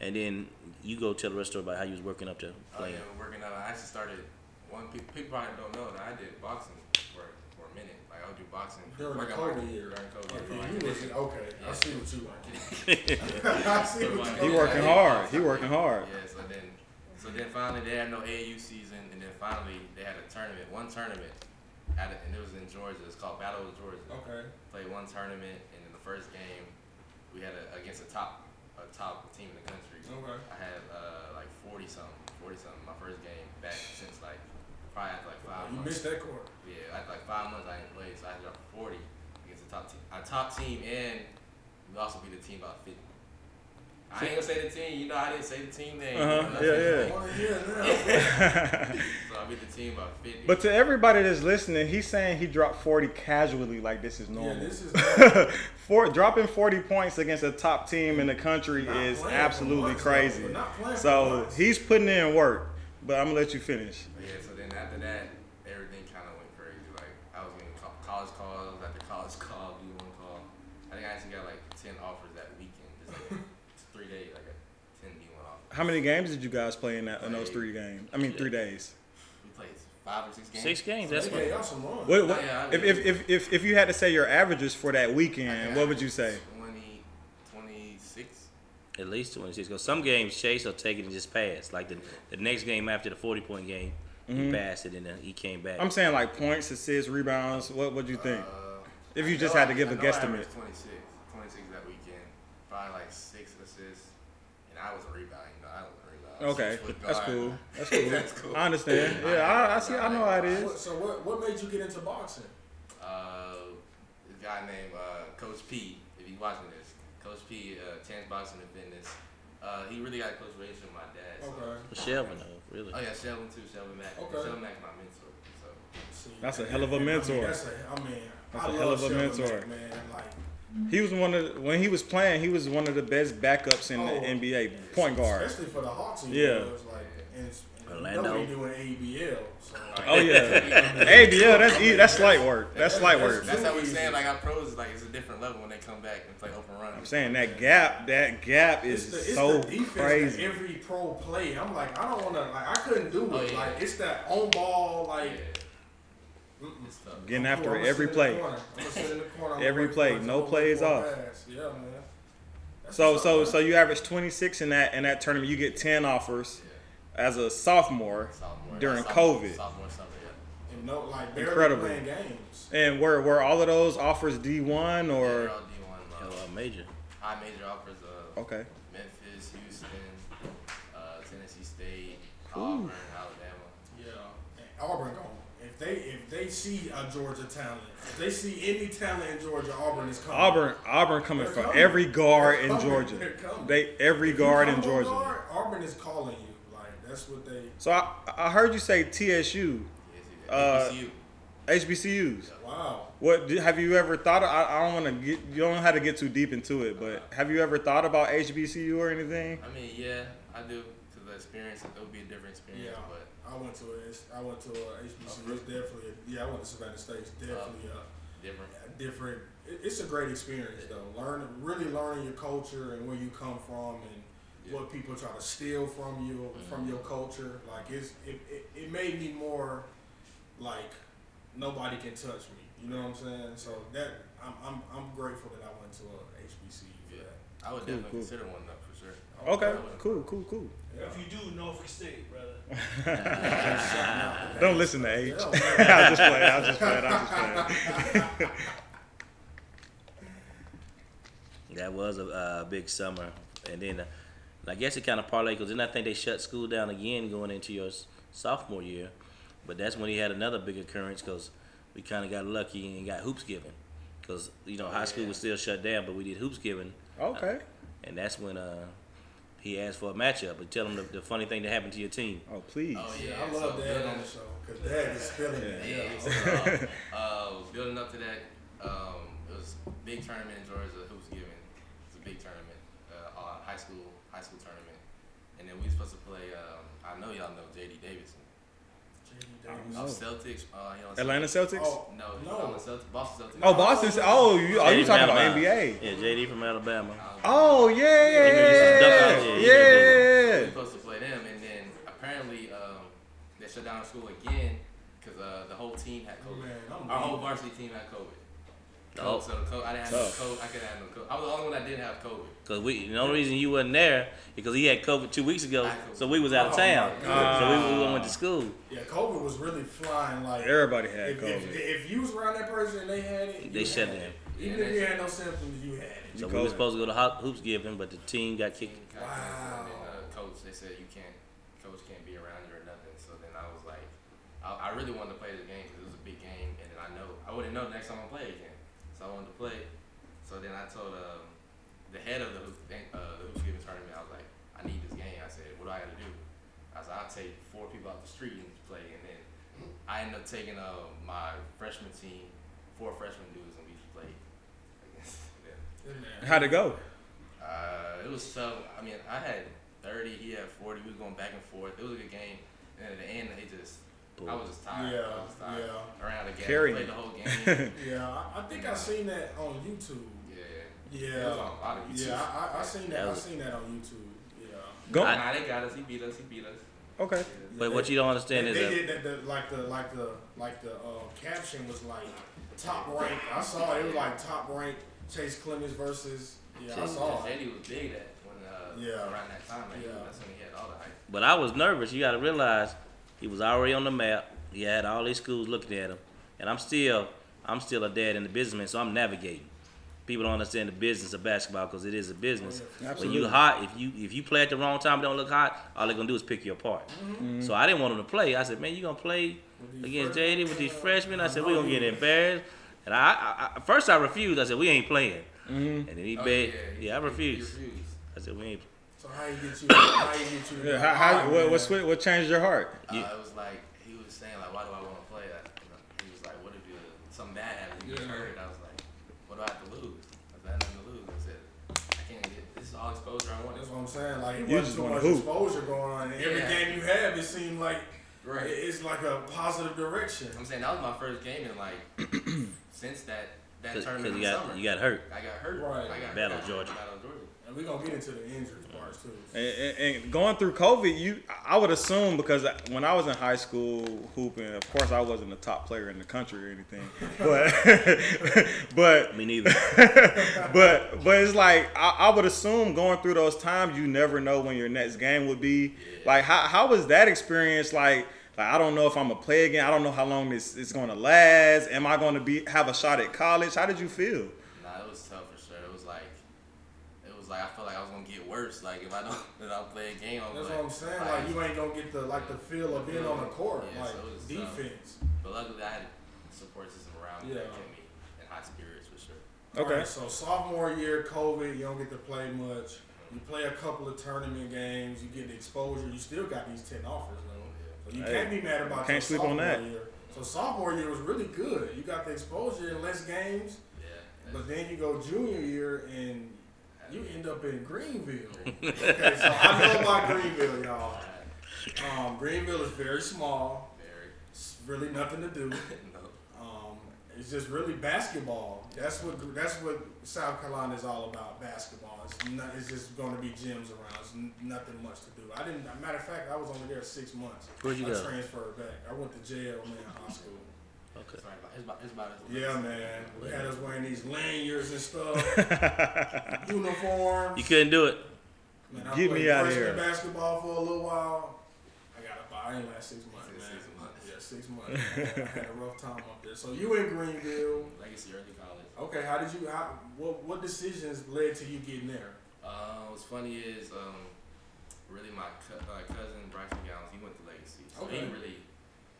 Speaker 4: And then you go tell the rest of about how you was working up to
Speaker 3: Oh,
Speaker 4: playing.
Speaker 3: yeah, we're working out. I actually started, one, pe- people probably don't know that I did boxing for, for a minute. Like, I would do boxing.
Speaker 2: During the
Speaker 3: work out my-
Speaker 2: COVID year.
Speaker 3: During COVID.
Speaker 2: Okay,
Speaker 3: for my
Speaker 2: you was-
Speaker 3: condition.
Speaker 2: okay, I
Speaker 3: Yeah.
Speaker 2: see what you want. I see what you
Speaker 1: He
Speaker 2: want.
Speaker 1: working hard. He working hard.
Speaker 3: Yeah, so then, so then finally they had no AU season, and then finally they had a tournament, one tournament, at a, and it was in Georgia. It's called Battle of Georgia.
Speaker 2: Okay.
Speaker 3: Played one tournament, and in the first game, we had a, against a top, a top team in the country.
Speaker 2: Okay.
Speaker 3: I had uh, like forty something, forty something. My first game back since like probably after like five
Speaker 2: You
Speaker 3: months.
Speaker 2: missed that court.
Speaker 3: Yeah, after like five months I didn't play, so I dropped forty against the top team. Our top team and we also beat the team by fifty. I ain't gonna say the team, you know I didn't say the team name. you
Speaker 1: Uh-huh,
Speaker 3: know,
Speaker 1: yeah,
Speaker 2: I
Speaker 3: that's-
Speaker 1: yeah.
Speaker 2: want to hear now.
Speaker 3: So I beat the team by fifty.
Speaker 1: But to everybody that's listening, he's saying he dropped 40 casually, like this is
Speaker 2: Yeah,
Speaker 1: normal.
Speaker 2: this is.
Speaker 1: For, dropping 40 points against a top team in the country
Speaker 2: Not
Speaker 1: is
Speaker 2: playing for
Speaker 1: absolutely
Speaker 2: once,
Speaker 1: crazy.
Speaker 2: though. Not playing for
Speaker 1: So
Speaker 2: once.
Speaker 1: he's putting in work, but I'm gonna let you finish.
Speaker 3: But yeah, so then after that, everything kind of went crazy. Like I was getting co- college calls after college call, do one call. I think I actually got like ten offers that weekend, just like three days, like a ten D one offer.
Speaker 1: How many games did you guys play in, that, in those three games? I mean, three days.
Speaker 3: We played five or six games.
Speaker 4: Six games. That's
Speaker 2: That's
Speaker 4: what.
Speaker 2: y'all some runs.
Speaker 1: What, what,
Speaker 3: Yeah, I
Speaker 1: if,
Speaker 3: mean-
Speaker 1: if, if, if, if you had to say your averages for that
Speaker 3: I
Speaker 1: weekend,
Speaker 3: got
Speaker 1: what would you say?
Speaker 3: 20, 26.
Speaker 4: At least 26. Because some games Chase will take it and just pass. Like the, the next game after the 40 point game, he passed it and then he came back.
Speaker 1: I'm saying like points, assists, rebounds. What would you think?
Speaker 3: Uh,
Speaker 1: If you
Speaker 3: I
Speaker 1: just
Speaker 3: know
Speaker 1: had to
Speaker 3: I-
Speaker 1: give
Speaker 3: I
Speaker 1: a
Speaker 3: know I
Speaker 1: guesstimate.
Speaker 3: averaged 26, 26 that weekend. Probably like six assists, I was a rebound. You know, I was a rebound. I was
Speaker 1: Okay,
Speaker 3: six foot
Speaker 1: that's
Speaker 3: guard.
Speaker 1: cool. That's cool.
Speaker 3: That's cool.
Speaker 1: I understand. Yeah, I, I see. I know how it
Speaker 2: What,
Speaker 1: is.
Speaker 2: so what, what made you get into boxing?
Speaker 3: Uh, this guy named uh, Coach P. If you watching this, Coach P. Uh, Chance Boxing and Fitness. Uh, he really got a close relationship with my dad. So.
Speaker 2: Okay.
Speaker 4: Michelle, though, really.
Speaker 3: Oh yeah, Sheldon too. Sheldon Mack.
Speaker 2: Okay.
Speaker 3: Sheldon Mack's my mentor. So
Speaker 2: See,
Speaker 1: That's a hell of a
Speaker 2: I mean,
Speaker 1: mentor.
Speaker 2: that's a, I mean,
Speaker 1: That's
Speaker 2: I
Speaker 1: a
Speaker 2: love
Speaker 1: hell of a
Speaker 2: Sheldon
Speaker 1: mentor.
Speaker 2: Mack, man. Like,
Speaker 1: He was one of the, when he was playing. He was one of the best backups in
Speaker 2: Oh.
Speaker 1: the NBA point guard.
Speaker 2: Especially for the Hawks. you
Speaker 1: Yeah.
Speaker 2: know, it's like, and, it's- and you know they
Speaker 4: Orlando.
Speaker 2: doing ABL. So like,
Speaker 1: Oh yeah. ABL. That's e- that's light work. That's light work.
Speaker 3: That's how we saying like our pros is like it's a different level when they come back and play open run.
Speaker 1: I'm saying that gap. That gap
Speaker 2: it's
Speaker 1: is
Speaker 2: the, it's
Speaker 1: so
Speaker 2: the defense
Speaker 1: crazy.
Speaker 2: That every pro play. I'm like, I don't want to. Like, I couldn't do it.
Speaker 3: Oh, yeah.
Speaker 2: Like, it's that on ball.
Speaker 3: Yeah.
Speaker 2: Like, mm-mm.
Speaker 3: It's tough.
Speaker 1: Getting
Speaker 2: I'm
Speaker 1: after
Speaker 2: gonna
Speaker 1: every
Speaker 2: sit in
Speaker 1: play.
Speaker 2: the corner. I'm gonna sit in the corner. I'm gonna
Speaker 1: Every
Speaker 2: wait
Speaker 1: play.
Speaker 2: for it to
Speaker 1: No
Speaker 2: go
Speaker 1: play is
Speaker 2: before I
Speaker 1: off.
Speaker 2: pass. Yeah, man. That's
Speaker 1: So
Speaker 2: what's
Speaker 1: so
Speaker 2: up,
Speaker 1: so you average 26 in that in that tournament. You get 10 offers as a sophomore
Speaker 3: Sophomore,
Speaker 1: during
Speaker 3: sophomore-
Speaker 1: COVID.
Speaker 3: Sophomore summer,
Speaker 2: man. And no, like, barely
Speaker 1: Incredible.
Speaker 2: playing games.
Speaker 1: And were were all of those offers D1
Speaker 3: yeah.
Speaker 1: or
Speaker 3: They're all D1, uh,
Speaker 4: Hell, uh, major.
Speaker 3: high major offers of
Speaker 1: okay?
Speaker 3: Memphis, Houston, uh, Tennessee State, Auburn, Alabama.
Speaker 2: Yeah. And Auburn gone. If they if they see a Georgia talent, if they see any talent in Georgia, Auburn is coming.
Speaker 1: Auburn Auburn coming
Speaker 2: They're
Speaker 1: for
Speaker 2: coming.
Speaker 1: every guard
Speaker 2: They're
Speaker 1: in
Speaker 2: coming.
Speaker 1: Georgia.
Speaker 2: They're coming.
Speaker 1: They every
Speaker 2: If you
Speaker 1: guard
Speaker 2: come
Speaker 1: in
Speaker 2: on
Speaker 1: Georgia.
Speaker 2: guard, Auburn is calling you. Like that's what they.
Speaker 1: So I, I heard you say TSU,
Speaker 3: Yes,
Speaker 1: Uh,
Speaker 3: HBCU.
Speaker 1: HBCUs.
Speaker 2: Wow.
Speaker 1: What do- have you ever thought? Of, I, I don't want to get. You don't have to get too deep into it, but have you ever thought about HBCU or anything?
Speaker 3: I mean, yeah, I do. Cause the experience, it would be a different experience.
Speaker 2: Yeah.
Speaker 3: But
Speaker 2: I went to a, I went to a HBCU. It's definitely yeah. I went to Savannah State. It's
Speaker 3: Uh,
Speaker 2: definitely a,
Speaker 3: different.
Speaker 2: a different. it- It's a great experience though. Learn really learning your culture and where you come from and
Speaker 3: Yeah. Mm-hmm.
Speaker 2: what people try to steal from you from your culture. Like it's it, it, it made me more like nobody can touch me. You know what I'm saying? So that I'm I'm, I'm grateful that I went to a HBCU. For
Speaker 3: Yeah.
Speaker 2: that.
Speaker 3: I would
Speaker 1: Cool,
Speaker 3: definitely
Speaker 1: cool.
Speaker 3: consider one though for sure.
Speaker 1: Okay, cool, cool, cool.
Speaker 2: Yeah.
Speaker 5: If you do, Norfolk State, brother.
Speaker 1: Don't listen to H.
Speaker 2: Yeah.
Speaker 1: I'll just play. I'll just play. I'll just play.
Speaker 4: That was a uh, big summer, and then uh, I guess it kind of parlayed because then I think they shut school down again going into your s- sophomore year, but that's when he had another big occurrence because we kind of got lucky and got hoops given because you know high school was still shut down, but we did hoops given,
Speaker 1: okay.
Speaker 4: and that's when uh, he asked for a matchup. But tell him the, the funny thing that happened to your team.
Speaker 1: Oh please.
Speaker 3: Oh
Speaker 2: Yeah, I
Speaker 3: yeah,
Speaker 2: love
Speaker 3: so
Speaker 2: Dad
Speaker 3: building-
Speaker 2: on the show because Dad is feeling it.
Speaker 3: Yeah,
Speaker 2: Yeah.
Speaker 3: so, uh, uh, building up to that, um, it was a big tournament in Georgia. Who's giving? It's a big tournament, uh, uh, high school high school tournament, and then we supposed to play. Um, I know y'all know J.D. Davidson,
Speaker 2: Davis.
Speaker 1: Oh.
Speaker 3: of Celtics. Uh, he on
Speaker 1: Atlanta Celtics. Oh,
Speaker 2: Oh,
Speaker 3: No, he
Speaker 2: No.
Speaker 3: on the Celtics, Boston Celtics.
Speaker 1: Boston. Ce- Oh, you are you
Speaker 4: JD from
Speaker 1: talking about
Speaker 4: Alabama.
Speaker 1: NBA?
Speaker 4: Yeah, JD from Alabama.
Speaker 3: Um,
Speaker 1: Oh yeah, yeah, yeah,
Speaker 4: Yeah,
Speaker 1: yeah,
Speaker 4: yeah,
Speaker 1: yeah.
Speaker 3: We supposed to play them, and then apparently um, they shut down school again because uh, the whole team had COVID.
Speaker 2: Man, I'm
Speaker 3: Our whole
Speaker 2: leaving.
Speaker 3: varsity team had COVID.
Speaker 4: Oh.
Speaker 3: So the co- I didn't have
Speaker 1: Tough.
Speaker 3: no COVID. I could have no COVID. I was the only one that didn't have COVID.
Speaker 4: Cause we the only reason you wasn't there because he had COVID two weeks ago, so we was out of
Speaker 2: Oh,
Speaker 4: town,
Speaker 2: my
Speaker 4: so we, we went to school.
Speaker 2: Yeah, COVID was really flying like.
Speaker 1: Everybody had
Speaker 2: If, if,
Speaker 1: COVID.
Speaker 2: if you was around that person and they had it,
Speaker 4: They
Speaker 2: you
Speaker 4: shut
Speaker 2: had
Speaker 4: down.
Speaker 2: it. Even
Speaker 3: Yeah,
Speaker 2: if
Speaker 3: they
Speaker 2: you
Speaker 3: shut
Speaker 2: had no symptoms, you had it.
Speaker 4: So
Speaker 1: You
Speaker 4: we were
Speaker 1: called
Speaker 4: supposed to go to Ho- hoops giving, but the team got kicked.
Speaker 3: And got canceled, And then
Speaker 2: Wow.
Speaker 3: uh, coach, they said you can't, coach can't be around you or nothing. So then I was like, I, I really wanted to play the game because it was a big game, and then I know I wouldn't know the next time I play again. So I wanted to play. So then I told um, the head of the hoop, uh, the hoops giving tournament, I was like, I need this game. I said, what do I got to do? I said, I'll take four people off the street and play, and then I ended up taking uh, my freshman team, four freshman dudes, and we played against them.
Speaker 1: How'd it go?
Speaker 3: Uh, it was tough. I mean, I had 30, he had 40. We was going back and forth. It was a good game. And at the end, they just, I was just tired. I was just
Speaker 2: Yeah,
Speaker 3: tired.
Speaker 2: yeah.
Speaker 3: Around the game,
Speaker 1: Carry
Speaker 3: played
Speaker 1: me.
Speaker 3: the whole game.
Speaker 2: Yeah, I, I think I seen that on YouTube.
Speaker 3: yeah.
Speaker 2: Yeah,
Speaker 3: It was on a lot of YouTube.
Speaker 2: yeah, I, I, I seen that.
Speaker 4: That
Speaker 2: I
Speaker 4: was-
Speaker 2: seen that on YouTube. Yeah.
Speaker 1: Go.
Speaker 4: I-
Speaker 3: Nah, they got us. He beat us. He beat us.
Speaker 1: Okay.
Speaker 4: But what you don't understand
Speaker 2: They,
Speaker 4: is
Speaker 2: they
Speaker 4: that
Speaker 2: did that the, like the like the like the uh, caption was like top rank. I saw it, it was like top rank Chase Clemens versus. Yeah, I
Speaker 3: Just-
Speaker 2: saw it.
Speaker 3: Eddie was big that when uh,
Speaker 2: Yeah.
Speaker 3: around that time. Like,
Speaker 2: Yeah.
Speaker 3: That's when he had all the hype.
Speaker 4: But I was nervous. You got to realize he was already on the map. He had all these schools looking at him, and I'm still, I'm still a dad in the business, man, so I'm navigating. people don't understand the business of basketball because it is a business. When
Speaker 1: Absolutely.
Speaker 4: you hot, if you if you play at the wrong time, and don't look hot. All they're gonna do is pick you apart. So I didn't want them to play. I said, man, you gonna play
Speaker 2: With these
Speaker 4: against
Speaker 2: freshmen?
Speaker 4: JD with these freshmen? I said,
Speaker 2: I
Speaker 4: we
Speaker 2: know
Speaker 4: gonna get
Speaker 2: you-
Speaker 4: embarrassed. And I, I, I first I refused. I said, we ain't playing. And then he
Speaker 3: Oh,
Speaker 4: begged.
Speaker 3: yeah,
Speaker 4: yeah,
Speaker 3: he-
Speaker 4: I
Speaker 3: he
Speaker 4: refused.
Speaker 3: refused.
Speaker 4: I said, we ain't.
Speaker 2: So how you get you? How you get you? to
Speaker 1: Yeah,
Speaker 2: get
Speaker 1: how, how,
Speaker 2: hot,
Speaker 1: what,
Speaker 2: man?
Speaker 1: what, swi- what changed your heart?
Speaker 3: Uh,
Speaker 4: Yeah.
Speaker 3: it was like he was saying like, why do I want to play? I, he was like, what if you, something bad happens? You get
Speaker 2: Yeah.
Speaker 3: hurt. I was like, what do I have to lose? I was like, I have nothing to lose. I said, I can't get this is all exposure I want.
Speaker 2: That's what I'm saying. Like it
Speaker 1: You
Speaker 2: wasn't
Speaker 1: just
Speaker 2: too
Speaker 1: wanna
Speaker 2: much
Speaker 1: hoop.
Speaker 2: exposure going on. And
Speaker 3: Yeah.
Speaker 2: Every game you have, it seemed like
Speaker 3: Right.
Speaker 2: it's like a positive direction.
Speaker 3: I'm saying that was my first game in like since that that
Speaker 4: Cause, 'cause
Speaker 3: tournament
Speaker 4: you
Speaker 3: in the
Speaker 4: got
Speaker 3: summer.
Speaker 4: you got hurt.
Speaker 3: I got hurt.
Speaker 2: Right.
Speaker 3: I got I
Speaker 4: Battle
Speaker 3: got-
Speaker 4: Georgia.
Speaker 3: Battle Georgia.
Speaker 2: And we're gonna get into the injuries parts too.
Speaker 1: And, and, and going through COVID, you I would assume because when I was in high school hooping, of course I wasn't the top player in the country or anything, but but
Speaker 4: Me neither.
Speaker 1: but but it's like I, I would assume going through those times, you never know when your next game would be. Like how how was that experience like? Like I don't know if I'm gonna play again. I don't know how long this is gonna last. Am I gonna be have a shot at college? How did you feel?
Speaker 3: Nah, it was tough for sure. It was like it was like I felt like I was gonna get worse. Like if I don't if I don't play a game, I'm
Speaker 2: That's
Speaker 3: like,
Speaker 2: what I'm saying. Like you ain't gonna get the like the feel of being on the court,
Speaker 3: Yeah,
Speaker 2: like
Speaker 3: so it's tough.
Speaker 2: defense.
Speaker 3: But luckily, I had a support system around me
Speaker 2: Yeah.
Speaker 3: that kept me in high spirits for sure.
Speaker 1: Okay.
Speaker 2: Alright, so sophomore year, COVID, you don't get to play much. You play a couple of tournament games, you get the exposure. You still got these ten offers though, so you
Speaker 1: Hey,
Speaker 2: can't be mad about.
Speaker 1: can't
Speaker 2: your
Speaker 1: sleep on
Speaker 2: sophomore
Speaker 1: that.
Speaker 2: Year. So sophomore year was really good. You got the exposure in less games,
Speaker 3: Yeah.
Speaker 2: but then you go junior year and you end up in Greenville. okay, so I know about Greenville, y'all. Um, Greenville is very small.
Speaker 3: Very.
Speaker 2: It's really nothing to do.
Speaker 3: No.
Speaker 2: Um, it's just really basketball. That's what that's what South Carolina is all about. Basketball. It's, not, it's just going to be gyms around. It's n- nothing much to do. I didn't. Matter of fact, I was only there six months.
Speaker 4: Where'd you
Speaker 2: I
Speaker 4: go?
Speaker 2: transferred back. I went to jail, man, high school.
Speaker 4: Okay.
Speaker 3: It's, right about, it's, about, it's about as
Speaker 2: Yeah, man. We had us wearing these lanyards and stuff, uniforms.
Speaker 4: You couldn't do it.
Speaker 2: Man, I
Speaker 1: Get
Speaker 2: played
Speaker 1: me outta
Speaker 2: freshman
Speaker 1: here.
Speaker 2: basketball for a little while. I got up. I ain't last six months, man.
Speaker 3: Six- six months.
Speaker 2: Yeah, six months. I had a rough time up there. So you in Greenville?
Speaker 3: Legacy Early College.
Speaker 2: Okay, how did you? How, what what decisions led to you getting there?
Speaker 3: Uh, what's funny is um, really my co- uh, cousin Bryson Gowns, he went to Legacy, so
Speaker 2: Okay.
Speaker 3: he really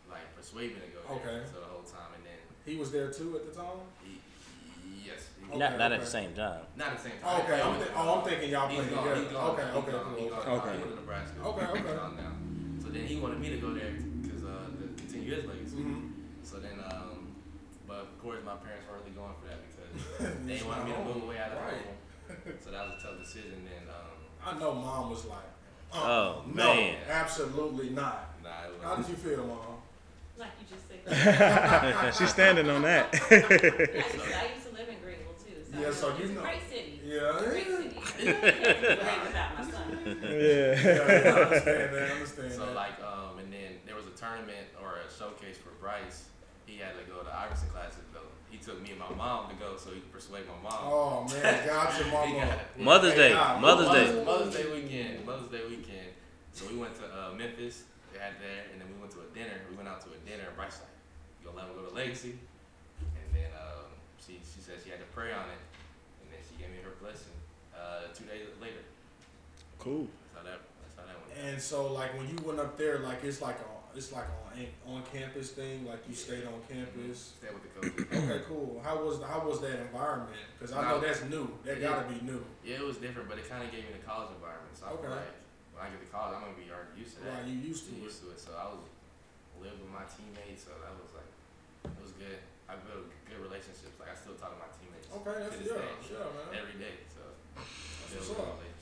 Speaker 3: like persuaded me to go there.
Speaker 2: Okay.
Speaker 3: So the whole time, and then
Speaker 2: He was there too at the time.
Speaker 3: he, he- yes, he,
Speaker 2: Okay,
Speaker 4: not not at
Speaker 2: okay.
Speaker 4: the same time.
Speaker 3: not at the same time.
Speaker 2: Oh. Okay,
Speaker 3: I
Speaker 2: I'm
Speaker 3: went
Speaker 2: thi-
Speaker 3: to-
Speaker 2: oh, I'm thinking y'all
Speaker 3: He's
Speaker 2: playing
Speaker 3: gone,
Speaker 2: together.
Speaker 3: he's gone,
Speaker 2: Okay,
Speaker 3: he's
Speaker 2: okay,
Speaker 3: gone,
Speaker 2: cool.
Speaker 3: he's gone.
Speaker 1: Okay.
Speaker 3: He went to Nebraska.
Speaker 2: Okay,
Speaker 3: He's
Speaker 2: okay.
Speaker 3: gone now. So then he wanted me to go there because uh, the continue his legacy.
Speaker 2: Mhm.
Speaker 3: So then, um, but of course, my parents weren't really going for that because they
Speaker 2: It's
Speaker 3: didn't want
Speaker 2: not
Speaker 3: me to
Speaker 2: home.
Speaker 3: move away out of
Speaker 2: Right.
Speaker 3: home. So that was a tough decision. Then, um,
Speaker 2: I know mom was like,
Speaker 4: Oh,
Speaker 2: oh, no,
Speaker 4: man.
Speaker 2: absolutely not.
Speaker 3: nah, it
Speaker 2: How
Speaker 3: was.
Speaker 2: did you feel, mom?
Speaker 6: Like you just said.
Speaker 1: She's standing on that.
Speaker 6: I used, to, I used to live in Greenville too. So
Speaker 2: Yeah, so
Speaker 6: it's
Speaker 2: you
Speaker 6: a
Speaker 2: know.
Speaker 6: Great city.
Speaker 2: Yeah.
Speaker 6: Great city. Great without my son.
Speaker 1: yeah.
Speaker 2: Yeah, yeah, I understand that. I understand
Speaker 3: So
Speaker 2: that.
Speaker 3: like, um, and then there was a tournament or a showcase for Bryce. He had to go to Iverson classes though. He took me and my mom to go so he could persuade my mom.
Speaker 2: oh man, gotcha,
Speaker 3: He
Speaker 2: mama.
Speaker 3: got it.
Speaker 4: Mother's Day.
Speaker 2: God,
Speaker 4: Mother's
Speaker 2: Mother's-
Speaker 4: Day.
Speaker 3: Mother's Day weekend. Mother's Day weekend. So we went to uh, Memphis. They had there, and then we went to a dinner. We went out to a dinner. And Bryce like, you gonna let him go to Legacy? And then um, she she said she had to pray on it, and then she gave me her blessing. Uh, two days later.
Speaker 1: Cool.
Speaker 3: That's how that. That's how that went.
Speaker 2: And so like when you went up there, like it's like a, it's like on on campus thing. Like you stayed on campus.
Speaker 3: Stay Mm-hmm. with the coach.
Speaker 2: Okay, cool. How was how was that environment? Because I know that's new. That gotta be new.
Speaker 3: Yeah, it was different, but it kind of gave me the college environment. So I
Speaker 2: Okay.
Speaker 3: was like, when I get to college, I'm gonna be already used to that.
Speaker 2: Right, you used to
Speaker 3: Too
Speaker 2: it.
Speaker 3: used to it. So I was lived with my teammates, so that was like, it was good. I built good relationships. Like I still talk to my teammates
Speaker 2: Okay, that's
Speaker 3: To this
Speaker 2: yeah,
Speaker 3: day.
Speaker 2: yeah, man.
Speaker 3: every day. So I
Speaker 2: That's
Speaker 3: built
Speaker 2: what's
Speaker 3: good
Speaker 2: up.
Speaker 3: relationships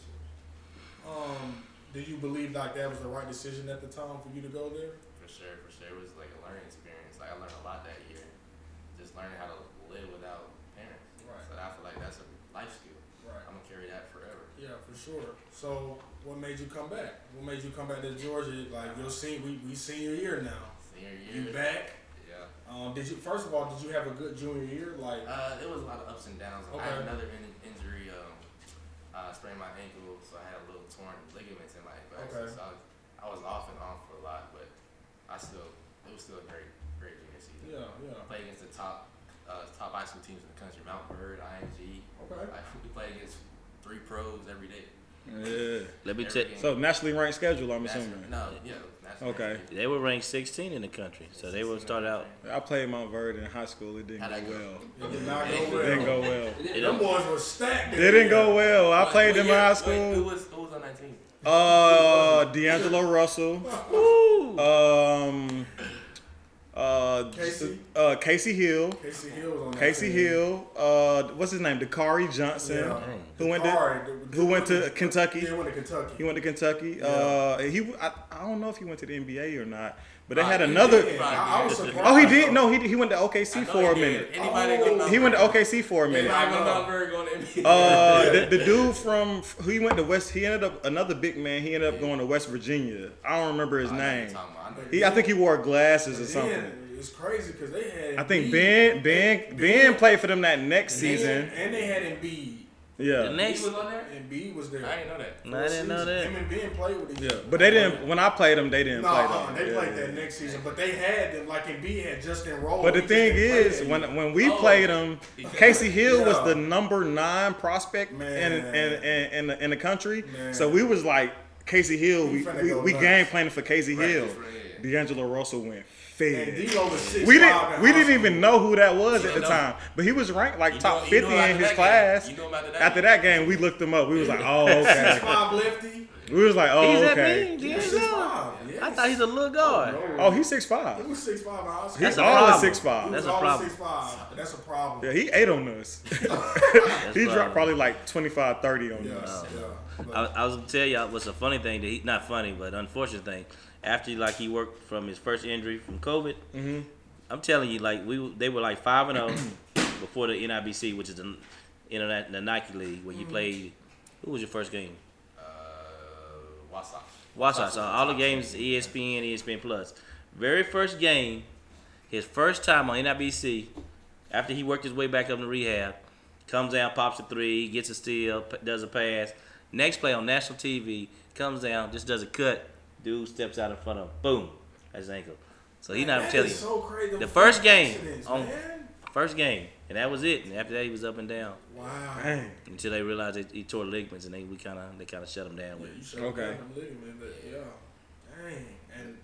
Speaker 2: Um, do you believe like that was the right decision at the time for you to go there?
Speaker 3: for sure. For sure, it was like a learning experience. Like I learned a lot that year, just learning how to live without parents.
Speaker 2: Right.
Speaker 3: So I feel like that's a life skill.
Speaker 2: Right.
Speaker 3: I'm gonna carry that forever.
Speaker 2: Yeah, for sure. So, what made you come back? What made you come back to Georgia? Like your senior, we, we senior year now.
Speaker 3: Senior year.
Speaker 2: You back?
Speaker 3: Yeah.
Speaker 2: Um, did you first of all did you have a good junior year? Like
Speaker 3: Uh, there was a lot of ups and downs. I
Speaker 2: Okay.
Speaker 3: had another in- injury. Um, I sprained my ankle, so I had a little torn ligaments in my ankle. actually.
Speaker 2: Okay.
Speaker 3: So I was, I was off and on for a lot, but I still, it was still a great, great junior season.
Speaker 2: yeah, yeah.
Speaker 3: I played against the top uh, uh, top high school teams in the country. Mount Bird, IMG.
Speaker 2: Okay.
Speaker 3: Like, we play against three pros every day.
Speaker 1: Yeah.
Speaker 4: Let
Speaker 3: Every
Speaker 4: me tell
Speaker 3: game.
Speaker 1: So nationally ranked schedule, I'm
Speaker 3: National-
Speaker 1: assuming.
Speaker 3: No, yeah. national
Speaker 1: Okay.
Speaker 3: championship.
Speaker 4: they were ranked 16 in the country, so they would start out.
Speaker 1: I played Mount Verde in high school. It didn't
Speaker 3: How'd that
Speaker 1: go
Speaker 3: go?
Speaker 1: well.
Speaker 2: It did not go
Speaker 3: It
Speaker 1: It
Speaker 2: well.
Speaker 1: didn't go well.
Speaker 4: It
Speaker 2: Them boys were stacked.
Speaker 1: It
Speaker 2: in
Speaker 1: didn't
Speaker 2: there.
Speaker 1: go well. I
Speaker 3: What-
Speaker 1: played
Speaker 3: what
Speaker 1: in
Speaker 3: year-
Speaker 1: high
Speaker 3: what- Who
Speaker 1: school.
Speaker 3: was who was on that team?
Speaker 1: Uh, D'Angelo Russell.
Speaker 4: Woo!
Speaker 1: Um, uh,
Speaker 2: Casey?
Speaker 1: uh, Casey Hill.
Speaker 2: Casey Hill was on that
Speaker 1: Casey
Speaker 3: Mm-hmm.
Speaker 2: team.
Speaker 1: Hill. Uh, what's his name? Dakari Johnson.
Speaker 2: Yeah.
Speaker 1: Who went to
Speaker 2: Dakari, the-
Speaker 1: Who went to Kentucky?
Speaker 2: Yeah, went to Kentucky.
Speaker 1: He went to Kentucky. Uh, he I, I don't know if he went to the NBA or not, but they
Speaker 3: Uh,
Speaker 1: had
Speaker 3: he
Speaker 1: another.
Speaker 2: Yeah, I, I was surprised.
Speaker 1: Oh, he did. No, he did- he went to OKC
Speaker 3: I know
Speaker 1: for a
Speaker 3: he did.
Speaker 1: minute.
Speaker 3: Anybody
Speaker 2: Oh.
Speaker 3: go to Mount
Speaker 1: He went to
Speaker 3: Vernon?
Speaker 1: OKC for a minute.
Speaker 2: Yeah.
Speaker 3: Anybody go to Mount Vernon, go to NBA.
Speaker 1: Uh, the, the dude from who he went to West, he ended up another big man. He ended up going to West Virginia. I don't remember his
Speaker 3: Oh, I know
Speaker 1: name.
Speaker 3: you're talking about. I know-
Speaker 1: He, I think he wore glasses or
Speaker 2: Then,
Speaker 1: something.
Speaker 2: It's crazy because they had.
Speaker 1: I think
Speaker 2: Embiid.
Speaker 1: Ben, Ben, Ben played for them that next
Speaker 2: They-
Speaker 1: season.
Speaker 2: and they had Embiid.
Speaker 4: The
Speaker 1: Yeah,
Speaker 4: next,
Speaker 3: He was on there?
Speaker 2: Embiid was there.
Speaker 3: I didn't know that.
Speaker 4: No, I didn't know that.
Speaker 2: Him and Ben played with each
Speaker 1: yeah.
Speaker 2: other.
Speaker 1: But they didn't. When I played them, they didn't
Speaker 2: No,
Speaker 1: play
Speaker 2: uh,
Speaker 1: them.
Speaker 2: they
Speaker 1: Yeah.
Speaker 2: played that next season, but they had them like Embiid had just enrolled.
Speaker 1: But the
Speaker 2: He
Speaker 1: thing
Speaker 2: just didn't
Speaker 1: is,
Speaker 2: play
Speaker 1: when
Speaker 2: that
Speaker 1: when we
Speaker 3: Oh.
Speaker 1: played him, Casey Hill was
Speaker 2: Yeah.
Speaker 1: the number nine prospect in in,
Speaker 2: Man.
Speaker 1: in, in, the, in the country.
Speaker 2: Man.
Speaker 1: So we was like Casey Hill.
Speaker 2: He
Speaker 1: We
Speaker 2: finna
Speaker 1: we,
Speaker 2: go
Speaker 1: we
Speaker 2: nuts.
Speaker 1: game planning for Casey
Speaker 3: Right,
Speaker 1: Hill.
Speaker 3: right.
Speaker 1: D'Angelo Russell went
Speaker 2: year. and
Speaker 1: fed.
Speaker 2: D'Lo was six.
Speaker 1: We
Speaker 2: five
Speaker 1: didn't
Speaker 2: in
Speaker 1: we
Speaker 2: high
Speaker 1: didn't
Speaker 2: school.
Speaker 1: even know who that was at the
Speaker 3: didn't know.
Speaker 1: time, but he was ranked like
Speaker 3: You
Speaker 1: top
Speaker 3: know- you know
Speaker 1: fifty
Speaker 3: after
Speaker 1: in his
Speaker 3: that game.
Speaker 1: class.
Speaker 3: You know him after that
Speaker 1: After
Speaker 3: game.
Speaker 1: that game, we looked him up. We was like, oh okay.
Speaker 2: Six five lefty.
Speaker 1: we was like, oh
Speaker 4: he's that
Speaker 1: okay.
Speaker 4: big.
Speaker 2: Six
Speaker 4: D'Angelo.
Speaker 2: five. Yes.
Speaker 4: I thought he's a little guard.
Speaker 1: Oh, he's six
Speaker 2: He
Speaker 1: five.
Speaker 2: was six five in high school.
Speaker 1: He's
Speaker 4: a
Speaker 1: always
Speaker 4: problem.
Speaker 1: six
Speaker 2: He
Speaker 1: five.
Speaker 2: was
Speaker 4: That's a
Speaker 2: always
Speaker 4: problem.
Speaker 2: 6'5". That's a
Speaker 1: Yeah,
Speaker 2: problem.
Speaker 1: he ate on us. he dropped
Speaker 4: probably-
Speaker 1: probably like 25, 30 on us.
Speaker 2: Yeah, yeah.
Speaker 4: Oh. I,
Speaker 2: But
Speaker 4: I was gonna tell y'all what's a funny thing that he not funny but unfortunate thing after like he worked from his first injury from COVID.
Speaker 1: Mm-hmm.
Speaker 4: I'm telling you, like we they were like five and zero before the NIBC, which is the internet the Nike League where you
Speaker 1: Mm-hmm.
Speaker 4: played. Who was your first game?
Speaker 3: Uh, Wasatch.
Speaker 4: Watch out! So all the games E ESPN, ESPN Plus. Very first game, his first time on NIBC. After he worked his way back up to rehab, comes down, pops a three, gets a steal, p- does a pass. Next play on national TV, comes down, just does a cut. Dude steps out in front of him, boom, that's his ankle. So he
Speaker 2: that
Speaker 4: not even telling
Speaker 2: is
Speaker 4: you.
Speaker 2: so crazy.
Speaker 4: The first game
Speaker 2: accidents,
Speaker 4: on-
Speaker 2: man.
Speaker 4: First game, and that was it. And after that, he was up and down
Speaker 2: Wow.
Speaker 1: Dang.
Speaker 4: until they realized that he tore ligaments, and they we kind of they kind of shut him down with.
Speaker 2: You
Speaker 4: it.
Speaker 2: shut
Speaker 1: Okay.
Speaker 2: down the ligament, but yeah. Dang. And, and,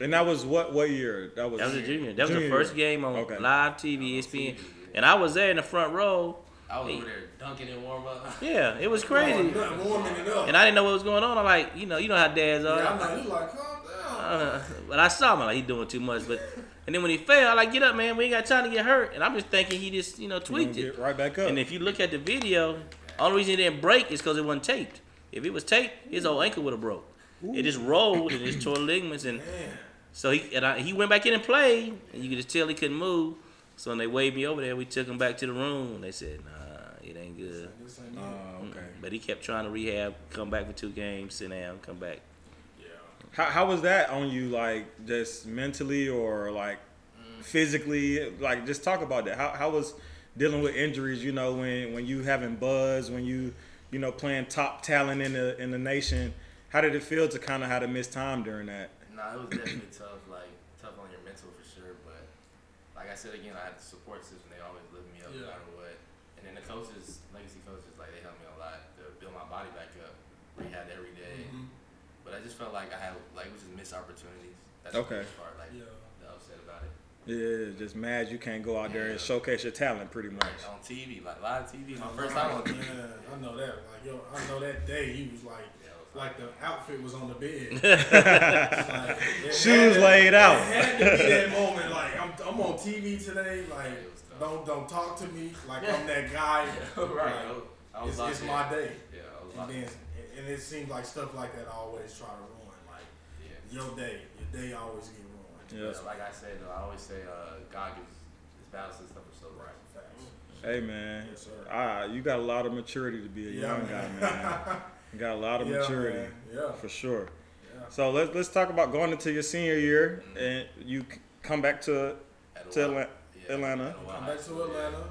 Speaker 1: And that was what what year? That was
Speaker 4: That was a junior. That was
Speaker 1: Junior.
Speaker 4: the first game on
Speaker 1: Okay.
Speaker 4: live E TV,
Speaker 3: On
Speaker 4: ESPN,
Speaker 3: TV, yeah.
Speaker 4: and I was there in the front row.
Speaker 3: I was over there dunking and warm up.
Speaker 4: Yeah, it was crazy.
Speaker 2: Warming up, warming it up.
Speaker 3: uh,
Speaker 4: And I didn't know what was going on. I'm like, you know, you know how dads are.
Speaker 2: yeah, I know. You like, calm down.
Speaker 4: Uh, but I saw him like he doing too much. But and then when he fell, I like, get up, man. We ain't got time to get hurt. And I'm just thinking he just, you know, tweaked
Speaker 1: Get
Speaker 4: it.
Speaker 1: right back up.
Speaker 4: And if you look at the video, only reason it didn't break is because it wasn't taped. If it was taped, his whole ankle would have broke. It just rolled and just tore ligaments. And
Speaker 2: Man.
Speaker 4: so he and I, he went back in and played. And you could just tell he couldn't move. So when they waved me over there, we took him back to the room. They said, nah, it ain't good.
Speaker 2: This ain't it.
Speaker 1: Oh, okay.
Speaker 4: But he kept trying to rehab, come back for two games, sit down, come back.
Speaker 2: yeah.
Speaker 1: How, how was that on you, like just mentally or like physically? Like, just talk about that. How, how was dealing with injuries? You know, when when you having buzz, when you you know playing top talent in the in the nation. How did it feel to kind of have to miss time during that?
Speaker 3: Nah, it was definitely tough, like tough on your mental for sure. But like I said again, I had the support system. They always lift me up no
Speaker 2: Yeah.
Speaker 3: matter what. And then the coaches, legacy coaches, like they helped me a lot to build my body back up, rehab every day.
Speaker 2: Mhm.
Speaker 3: But I just felt like I had like it was just missed opportunities. That's
Speaker 1: Okay.
Speaker 3: the biggest part. Like
Speaker 2: Yeah.
Speaker 3: the upset about it.
Speaker 1: Yeah, just mad you can't go out there and
Speaker 3: Yeah.
Speaker 1: showcase your talent, pretty much.
Speaker 3: Like on TV, like live TV, my
Speaker 2: I
Speaker 3: first
Speaker 2: know,
Speaker 3: time on TV.
Speaker 2: Man, I know that. Like, yo, I know that day he was like,
Speaker 3: Yeah, it was
Speaker 2: like the outfit was on the bed. It's like, it
Speaker 1: Shoes
Speaker 2: had-
Speaker 1: laid out.
Speaker 2: It had to be that moment. Like, I'm, I'm on TV today. Like,
Speaker 3: It was tough.
Speaker 2: don't don't talk to me. Like, I'm that guy.
Speaker 3: right.
Speaker 2: Like,
Speaker 3: I was
Speaker 2: it's,
Speaker 3: locked
Speaker 2: it's
Speaker 3: in.
Speaker 2: my day.
Speaker 3: Yeah, I was
Speaker 2: And
Speaker 3: locked in.
Speaker 2: then, and it seems like stuff like that I always try to ruin. Like,
Speaker 3: Yeah.
Speaker 2: your day, your day always get ruined.
Speaker 1: Yeah.
Speaker 3: But like I said, though, I always say uh, God gives his battles and stuff are so right.
Speaker 2: Facts.
Speaker 1: Hey man,
Speaker 2: Yes, sir.
Speaker 1: ah, you got a lot of maturity to be a
Speaker 2: Yeah,
Speaker 1: young
Speaker 2: man.
Speaker 1: guy, man. You got a lot of
Speaker 2: Yeah,
Speaker 1: maturity.
Speaker 2: man. Yeah.
Speaker 1: For sure.
Speaker 2: Yeah.
Speaker 1: So let's let's talk about going into your senior year, and you c- come back to
Speaker 3: At
Speaker 1: to
Speaker 3: Ohio-
Speaker 1: Atla-
Speaker 3: yeah,
Speaker 1: Atlanta.
Speaker 3: at Ohio
Speaker 2: Come
Speaker 3: High
Speaker 2: back to
Speaker 3: School, yeah.
Speaker 2: Atlanta.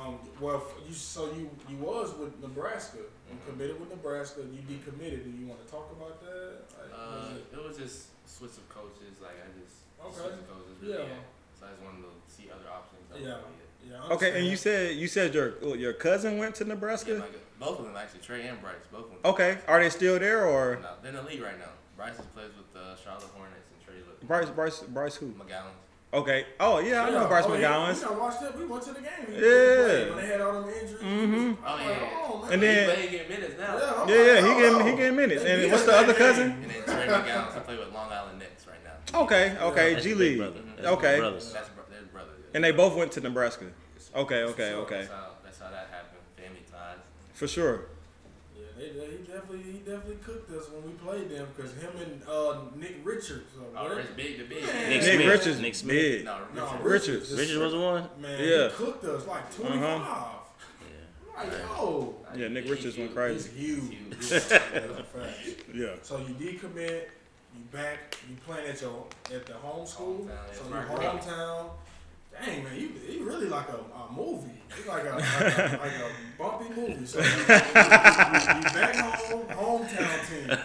Speaker 2: Um, well, f- you so you you was with Nebraska. You committed with Nebraska. You decommitted. Do you want to talk about that? Like, was
Speaker 3: Uh,
Speaker 2: it-
Speaker 3: it was just switch of coaches. Like I just
Speaker 2: Okay.
Speaker 3: switch of coaches. Really
Speaker 2: Yeah.
Speaker 3: yeah. So I just wanted to see other options. That was
Speaker 2: Yeah.
Speaker 3: really it.
Speaker 2: Yeah, I
Speaker 1: Okay,
Speaker 2: understand.
Speaker 1: and you said you said your your cousin went to
Speaker 3: Yeah,
Speaker 1: Nebraska.
Speaker 3: like, both of them actually, Trey and Bryce, both of them.
Speaker 1: Okay, are they still there or
Speaker 3: No, they're in the league right now. Bryce is plays with the Charlotte Hornets and Trey with
Speaker 1: Bryce Bryce Bryce who?
Speaker 3: McGowan.
Speaker 1: Okay. Oh yeah, I know
Speaker 2: Yeah.
Speaker 1: Bryce
Speaker 2: oh, yeah.
Speaker 1: McGowan's.
Speaker 2: We done watched that. We went to the game. He
Speaker 1: Yeah.
Speaker 2: played When they had all them injuries.
Speaker 1: Mhm.
Speaker 3: Oh,
Speaker 2: I'm like,
Speaker 3: yeah.
Speaker 2: oh, man.
Speaker 1: And then-
Speaker 3: he playing in minutes now.
Speaker 2: yeah, I'm
Speaker 1: Yeah,
Speaker 2: like,
Speaker 1: yeah, he
Speaker 2: oh,
Speaker 1: getting he
Speaker 2: oh.
Speaker 1: getting minutes.
Speaker 2: They
Speaker 1: And
Speaker 2: beat
Speaker 1: what's
Speaker 2: us
Speaker 1: the
Speaker 2: that
Speaker 1: other
Speaker 2: game.
Speaker 1: cousin?
Speaker 3: And then Trey McGowan, he play with Long Island Knicks right now.
Speaker 1: Okay, okay,
Speaker 4: That's
Speaker 1: G
Speaker 4: your big
Speaker 1: League.
Speaker 4: brother. That's your
Speaker 1: Okay.
Speaker 4: brothers.
Speaker 3: That's bro- their brother. yeah.
Speaker 1: And they both went to Nebraska. Okay, okay,
Speaker 2: So-
Speaker 1: okay,
Speaker 3: That's how, that's how that happened. Family ties.
Speaker 1: for sure.
Speaker 2: Yeah, they, they, he definitely he definitely cooked us when we played them because him and uh, Nick Richards. or
Speaker 3: Oh,
Speaker 2: whatever-
Speaker 3: Rich Big the Big.
Speaker 4: Nick
Speaker 1: Nick,
Speaker 4: Smith.
Speaker 1: Richards,
Speaker 4: Nick
Speaker 1: Nick
Speaker 4: Smith.
Speaker 1: Smith.
Speaker 3: No, Richard.
Speaker 2: No,
Speaker 1: Richards.
Speaker 2: just-
Speaker 4: Richard was the one.
Speaker 2: Man,
Speaker 1: Yeah. Uh-huh.
Speaker 2: he cooked us like 25. I'm like, yo.
Speaker 1: Yeah, Nick
Speaker 3: He-
Speaker 1: Richards
Speaker 3: he-
Speaker 1: went
Speaker 2: He's
Speaker 1: crazy.
Speaker 2: huge.
Speaker 3: Huge.
Speaker 2: That's a fact.
Speaker 1: Yeah,
Speaker 2: so you decommit, you back, you playing at your at the home school,
Speaker 3: Hometown,
Speaker 2: so
Speaker 3: that's
Speaker 2: your
Speaker 3: right.
Speaker 2: hometown. Dang man, you you really like a, a movie. It's like a like a, like a bumpy movie. So you, you, you, you back home, hometown team.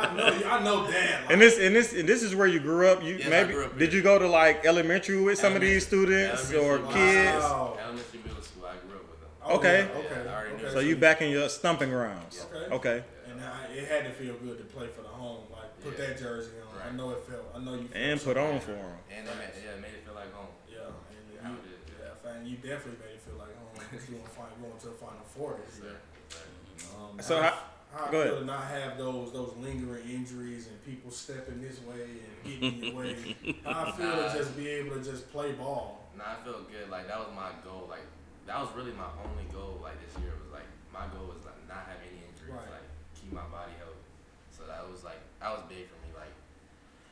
Speaker 2: I know you. I know dad. Like,
Speaker 1: and this and this and this is where you grew up. You
Speaker 3: Yes, I
Speaker 1: maybe
Speaker 3: grew up
Speaker 1: did
Speaker 3: here.
Speaker 1: you go to like elementary with some of these
Speaker 3: Elementary.
Speaker 1: students or
Speaker 3: Elementary.
Speaker 1: kids?
Speaker 2: Wow.
Speaker 3: Elementary middle school, I grew up with them.
Speaker 2: Oh,
Speaker 1: okay.
Speaker 2: yeah, okay.
Speaker 3: Yeah, I already knew.
Speaker 2: okay.
Speaker 1: So you back in your stumping grounds?
Speaker 2: Okay.
Speaker 1: Okay.
Speaker 2: And I, it had to feel good to play for the home. Like put
Speaker 3: Yeah.
Speaker 2: that jersey on. I
Speaker 3: Right.
Speaker 2: know it felt. I know you. Felt
Speaker 1: And put
Speaker 2: something.
Speaker 1: on for him.
Speaker 3: And they made, yeah, made it feel like home.
Speaker 2: Yeah,
Speaker 3: I
Speaker 2: and
Speaker 3: did,
Speaker 2: you,
Speaker 3: yeah.
Speaker 2: yeah, fam, you definitely made it feel like home. 'cause you want to find, going to the final four.
Speaker 3: Yes,
Speaker 2: this
Speaker 3: sir.
Speaker 2: year. Um,
Speaker 1: So
Speaker 2: how,
Speaker 1: how-
Speaker 2: how
Speaker 1: go
Speaker 2: I
Speaker 1: ahead.
Speaker 2: feel to not have those those lingering injuries and people stepping this way and getting in your way. How I feel
Speaker 3: Nah.
Speaker 2: to just be able to just play ball.
Speaker 3: Nah, I felt good. Like that was my goal. Like that was really my only goal. Like this year was like my goal was like not have any injuries.
Speaker 2: Right.
Speaker 3: Like keep my body healthy. So that was like that was big for me. Like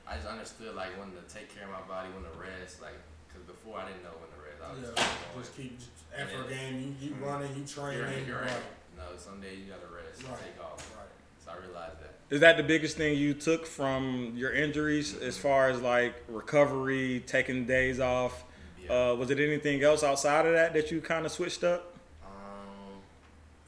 Speaker 3: I just understood like when to take care of my body, when to rest. Like because before I didn't know when to rest. I was
Speaker 2: Yeah,
Speaker 3: just "Oh, keep going.
Speaker 2: just keep after
Speaker 3: Yeah.
Speaker 2: a game, you you
Speaker 3: Mhm.
Speaker 2: running, you training,
Speaker 3: You're, right, you're
Speaker 2: right,
Speaker 3: right. No, someday you gotta rest. and
Speaker 2: Right.
Speaker 3: Take off.
Speaker 2: right.
Speaker 3: So I realized that.
Speaker 1: Is that the biggest thing you took from your injuries as far as like recovery, taking days off?
Speaker 3: Yeah.
Speaker 1: Uh, was it anything else outside of that that you kind of switched up?
Speaker 3: um,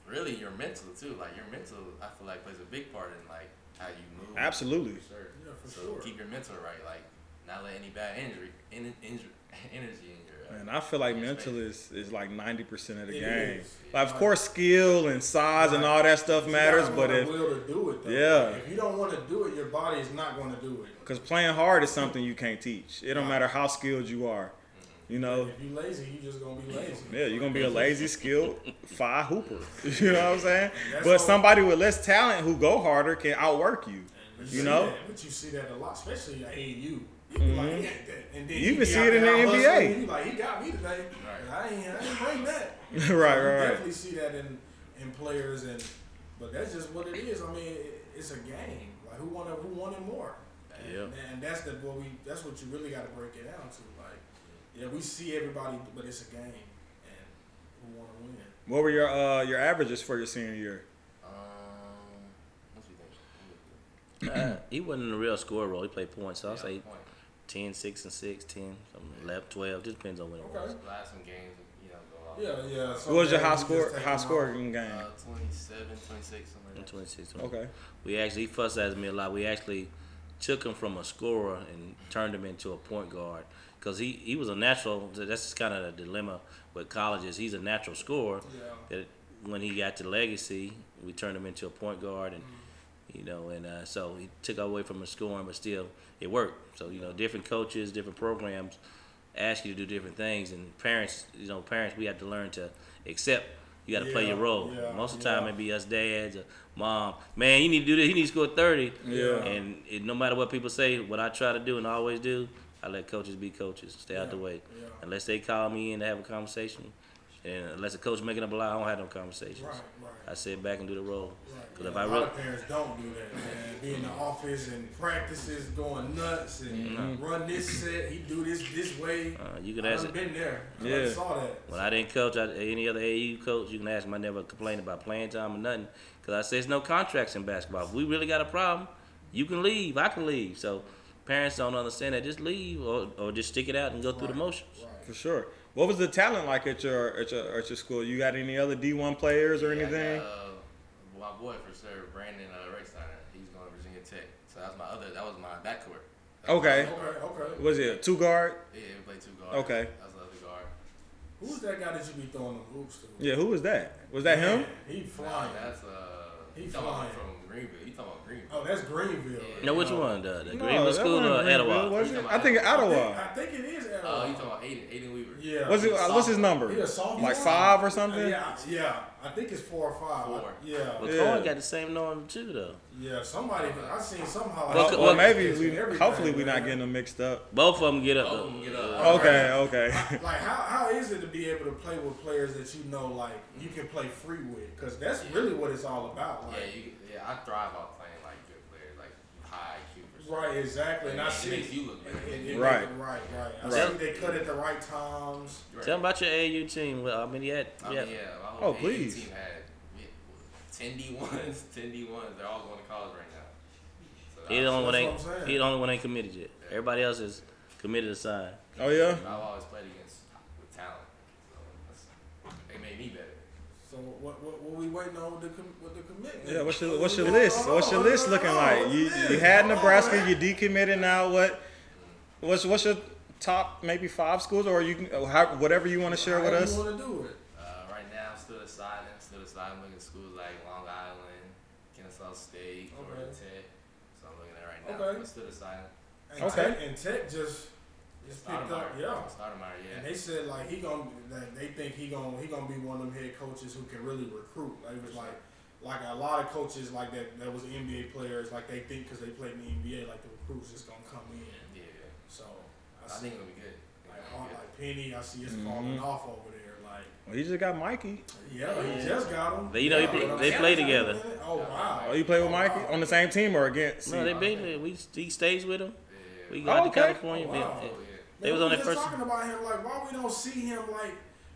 Speaker 3: really, your mental too. Like your mental, I feel like plays a big part in like how you move.
Speaker 1: Absolutely.
Speaker 3: For sure.
Speaker 2: Yeah, for
Speaker 3: so
Speaker 2: sure.
Speaker 3: keep your mental right, like not let any bad injury, in, injury energy in your. Uh,
Speaker 1: Man, I feel like
Speaker 3: Yes,
Speaker 1: mental is, is like 90% of the
Speaker 2: It
Speaker 1: game.
Speaker 2: is.
Speaker 1: Like, of course, skill and size and all that stuff
Speaker 2: You
Speaker 1: matters,
Speaker 2: gotta
Speaker 1: but
Speaker 2: wanna
Speaker 1: if
Speaker 2: will to do it, though.
Speaker 1: Yeah.
Speaker 2: if you don't want to do it, your body is not going to do it.
Speaker 1: because playing hard is something you can't teach. It don't matter how skilled you are. You know,
Speaker 2: If you lazy, you just gonna be lazy.
Speaker 1: Yeah, you're gonna be a lazy, skilled five hooper. You know what I'm saying?
Speaker 2: That's
Speaker 1: but
Speaker 2: all.
Speaker 1: somebody with less talent who go harder can outwork you.
Speaker 2: But
Speaker 1: You
Speaker 2: see
Speaker 1: know? Mm-hmm.
Speaker 2: that, but you see that a lot, especially at AU. You be like, he ain't that. And then
Speaker 1: You
Speaker 2: he
Speaker 1: can
Speaker 2: be
Speaker 1: see
Speaker 2: out
Speaker 1: it in
Speaker 2: there
Speaker 1: the
Speaker 2: hustling,
Speaker 1: NBA.
Speaker 2: and You like he got me today.
Speaker 3: Right.
Speaker 2: But I ain't, I ain't bring that.
Speaker 1: right,
Speaker 2: you
Speaker 1: right, right.
Speaker 2: Definitely see that in in players, and but that's just what it is. I mean, it, it's a game. Like who wanted who wanted more? And,
Speaker 4: Yeah.
Speaker 2: and that's the what we that's what you really got to break it down to. Like yeah, we see everybody, but it's a game, and who want to win.
Speaker 1: What were your uh, your averages for your senior year?
Speaker 3: um, what you think?
Speaker 4: Uh, he wasn't a real scorer role. He played points, so I'll
Speaker 3: Yeah,
Speaker 4: say
Speaker 3: point.
Speaker 4: 10, 6, and 6, 10, something, 11, 12. Just depends on when it was.
Speaker 2: Okay.
Speaker 3: Last some games, you know, go off.
Speaker 2: Yeah, Oh, yeah.
Speaker 1: What was your
Speaker 2: sometimes you
Speaker 1: high
Speaker 2: just
Speaker 1: score
Speaker 2: take
Speaker 1: high
Speaker 2: them
Speaker 1: scoring
Speaker 2: out.
Speaker 1: game?
Speaker 3: Uh, 27, 26, something
Speaker 4: I'm
Speaker 3: like that.
Speaker 4: 26.
Speaker 2: Uh,
Speaker 1: Okay.
Speaker 4: We actually, he fussed at me a lot. We actually took him from a scorer and turned him into a point guard because he, he was a natural. That's just kind of the dilemma with colleges. He's a natural scorer.
Speaker 2: Yeah.
Speaker 4: that when he got to legacy, we turned him into a point guard, and you know, and uh, so he took away from his scoring, but still it worked. So you know, different coaches, different programs ask you to do different things, and parents, you know, parents, we have to learn to accept. You got to play your
Speaker 2: Yeah,
Speaker 4: role.
Speaker 2: yeah,
Speaker 4: Most of the time,
Speaker 2: yeah.
Speaker 4: it be us dads or mom. Man, you need to do this. He needs to score thirty.
Speaker 1: Yeah.
Speaker 4: And it, no matter what people say, what I try to do and always do, I let coaches be coaches. Stay out the
Speaker 2: Yeah,
Speaker 4: way.
Speaker 2: yeah.
Speaker 4: Unless they call me in to have a conversation, and unless the coach making up a lie, I don't have no conversations.
Speaker 2: Right,
Speaker 4: I
Speaker 2: right.
Speaker 4: sit back and do the role.
Speaker 2: right.
Speaker 4: 'Cause
Speaker 2: Yeah,
Speaker 4: if I
Speaker 2: a lot
Speaker 4: really-
Speaker 2: of parents don't do that, man. Be in the office and practices going nuts and
Speaker 4: Mm-hmm.
Speaker 2: run this set. He do this this way.
Speaker 4: Uh, you can
Speaker 2: I
Speaker 4: ask
Speaker 2: done been there.
Speaker 1: Yeah.
Speaker 2: I saw that.
Speaker 4: when I didn't coach I, any other AU coach. You can ask them. I never complained about playing time or nothing because I said there's no contracts in basketball. If we really got a problem, you can leave. I can leave. So parents don't understand that. Just leave or, or just stick it out and go through the
Speaker 2: Right,
Speaker 4: motions.
Speaker 1: For
Speaker 2: Right.
Speaker 1: sure. What was the talent like at your at your at your school? You got any other D one players or
Speaker 3: Yeah, I
Speaker 1: anything?
Speaker 3: got, uh, my boy for sure, Brandon uh, Reichsteiner. He's going to Virginia Tech. So that's my other. That was my backcourt. That was my
Speaker 1: Okay.
Speaker 3: backcourt.
Speaker 2: Okay, okay.
Speaker 1: Was it a two guard?
Speaker 3: Yeah, we played two guards.
Speaker 1: Okay.
Speaker 3: That was the other guard.
Speaker 2: Who's that guy that you be throwing the hoops to?
Speaker 1: Yeah, who was that? Was that him?
Speaker 2: Man, He flying.
Speaker 3: That's uh.
Speaker 2: He
Speaker 3: you talking about
Speaker 2: flying.
Speaker 3: from Greenville. You talking about Greenville?
Speaker 2: Oh, that's Greenville. Uh,
Speaker 4: No, which
Speaker 2: No.
Speaker 4: one? The, the
Speaker 1: No,
Speaker 4: Greenville
Speaker 1: that
Speaker 4: School
Speaker 1: wasn't
Speaker 4: or
Speaker 1: Greenville,
Speaker 4: Etowah?
Speaker 1: was it? I think Ottawa.
Speaker 2: I think it is Arrow.
Speaker 3: Oh, you talking about Aiden? Aiden Weaver?
Speaker 2: yeah.
Speaker 1: What's, it, uh, what's his number?
Speaker 2: He a sophomore?
Speaker 1: Like five or something?
Speaker 2: Yeah, I- yeah. I think it's four or five.
Speaker 3: Four.
Speaker 2: Yeah.
Speaker 4: But
Speaker 1: Yeah.
Speaker 4: Cohen got the same number too, though.
Speaker 2: Yeah, somebody I seen somehow.
Speaker 4: Well,
Speaker 1: Or-
Speaker 4: c-
Speaker 1: or
Speaker 4: well,
Speaker 1: maybe
Speaker 2: It's
Speaker 1: we.
Speaker 2: everything,
Speaker 1: Hopefully, we're
Speaker 2: man.
Speaker 1: not getting them mixed up.
Speaker 4: Both of them get up.
Speaker 3: Both
Speaker 4: though.
Speaker 3: of them get up.
Speaker 1: Okay, okay.
Speaker 2: Like how, how is it to be able to play with players that you know like you can play free with? Because that's really what it's all about.
Speaker 3: Yeah,
Speaker 2: Like
Speaker 3: you, yeah, I thrive on playing like good players, like high IQ for sure.
Speaker 2: right, exactly. And I
Speaker 3: It
Speaker 2: see
Speaker 3: makes you look better.
Speaker 2: it- it-
Speaker 1: Right.
Speaker 2: right, right. I
Speaker 4: Right.
Speaker 2: see they cut at the right times.
Speaker 3: Right.
Speaker 4: Tell them about your AU team. Well, I mean, yeah,
Speaker 3: I mean,
Speaker 4: yeah.
Speaker 3: yeah. my whole
Speaker 1: Oh,
Speaker 3: AAU
Speaker 1: please.
Speaker 3: Team had yeah, ten D ones, ten D ones. They're all going to college right now. So
Speaker 4: He the only one
Speaker 2: That's
Speaker 4: ain't.
Speaker 2: what I'm saying.
Speaker 4: He the only one ain't committed yet. Everybody else is committed to sign.
Speaker 1: Oh yeah.
Speaker 3: I've always played against with talent, so that's, they made me better.
Speaker 2: So what what, what we waiting on the com- with the commitment?
Speaker 1: Yeah, what's your what's your
Speaker 2: Oh,
Speaker 1: list? What's your
Speaker 2: oh,
Speaker 1: list looking
Speaker 2: oh,
Speaker 1: like?
Speaker 2: what's
Speaker 1: You
Speaker 2: the
Speaker 1: you
Speaker 2: list?
Speaker 1: had
Speaker 2: Oh,
Speaker 1: Nebraska,
Speaker 2: man.
Speaker 1: you decommitted now. What what's what's your top maybe five schools or you can or how, whatever you want to share with
Speaker 2: How
Speaker 1: us? Oh,
Speaker 2: You want to do it?
Speaker 3: Uh, right now, I'm still deciding. Still deciding. Looking at schools like Long Island, Kennesaw State, Georgia
Speaker 2: Okay.
Speaker 3: Tech. So I'm looking at right now.
Speaker 2: Okay.
Speaker 3: I'm still deciding.
Speaker 2: And
Speaker 1: Okay.
Speaker 2: Tech, and Tech just just picked up.
Speaker 3: Stoudemire.
Speaker 2: Yeah.
Speaker 3: Stoudemire, yeah.
Speaker 2: And they said like he gonna that they think he gonna he gonna be one of them head coaches who can really recruit. Like it was like like a lot of coaches like that that was NBA players like they think because they played in the NBA like the recruits just gonna come in.
Speaker 3: Yeah,
Speaker 2: So I,
Speaker 3: I
Speaker 2: see Oh,
Speaker 3: think it'll be good. I
Speaker 2: like
Speaker 3: think it'll
Speaker 2: hard,
Speaker 3: be good.
Speaker 2: like Penny, I see it's
Speaker 1: Mm-hmm.
Speaker 2: falling off over there. Like
Speaker 1: Well, you just got Mikey.
Speaker 2: yeah, he just got him.
Speaker 4: But you know, he
Speaker 2: yeah,
Speaker 4: play-
Speaker 2: but
Speaker 4: they
Speaker 2: I'm
Speaker 4: play
Speaker 2: saying-
Speaker 4: together.
Speaker 2: Oh wow!
Speaker 1: Oh, you play with Mikey on the same team or against?
Speaker 4: No, they beat it. We he stays with them.
Speaker 3: Yeah,
Speaker 4: We
Speaker 3: yeah.
Speaker 4: go out
Speaker 1: Okay.
Speaker 4: to California.
Speaker 2: Oh,
Speaker 4: we-
Speaker 2: wow.
Speaker 3: Oh, yeah.
Speaker 4: They was on
Speaker 2: we
Speaker 4: their
Speaker 2: just
Speaker 4: first-
Speaker 2: talking about him like why we don't see him like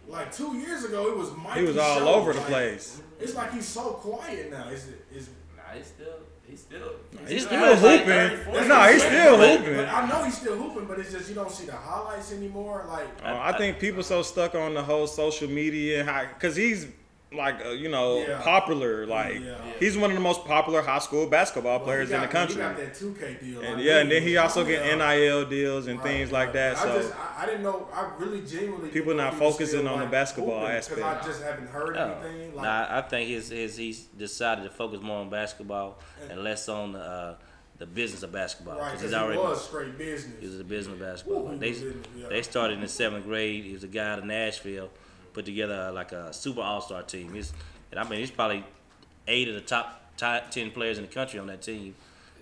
Speaker 2: like two years ago it was Mikey.
Speaker 1: He was all
Speaker 2: show.
Speaker 1: over the
Speaker 2: Like,
Speaker 1: place.
Speaker 2: It's like he's so quiet now. Is it is
Speaker 3: Nah, he's still, he's still.
Speaker 1: He's
Speaker 4: He's
Speaker 1: still
Speaker 4: like
Speaker 1: hooping. No, he's still
Speaker 4: But-
Speaker 1: hooping.
Speaker 2: But I know he's still hooping, but it's just you don't see the highlights anymore. Like
Speaker 1: Uh, I think people so stuck on the whole social media and how because he's like uh, you know
Speaker 2: Yeah.
Speaker 1: popular like
Speaker 2: Yeah.
Speaker 1: he's one of the most popular high school basketball
Speaker 2: well,
Speaker 1: players
Speaker 2: he
Speaker 1: in the
Speaker 2: got-
Speaker 1: country
Speaker 2: He got that two K deal,
Speaker 1: and
Speaker 2: like,
Speaker 1: yeah and then he also
Speaker 2: yeah.
Speaker 1: get nil deals and
Speaker 2: Right,
Speaker 1: things
Speaker 2: right.
Speaker 1: like that
Speaker 2: I
Speaker 1: so
Speaker 2: just I, I didn't know. I really genuinely didn't
Speaker 1: People
Speaker 2: know
Speaker 1: not
Speaker 2: he was
Speaker 1: focusing
Speaker 2: still,
Speaker 1: on the
Speaker 2: like,
Speaker 1: basketball
Speaker 2: hooping, 'cause
Speaker 1: aspect.
Speaker 2: I just haven't heard
Speaker 4: Oh.
Speaker 2: anything. Like,
Speaker 4: Nah, I think his, his he's decided to focus more on basketball and less on the uh, the business of basketball
Speaker 2: right?
Speaker 4: because
Speaker 2: Because
Speaker 4: he's
Speaker 2: he
Speaker 4: already
Speaker 2: was straight business.
Speaker 4: he was a business of basketball.
Speaker 2: Ooh, he
Speaker 4: Like, they
Speaker 2: was in it, yeah.
Speaker 4: they started in the seventh grade. He was a guy out of Nashville, put together uh, like a super all star team. He's, and I mean he's probably eight of the top top ten players in the country on that team.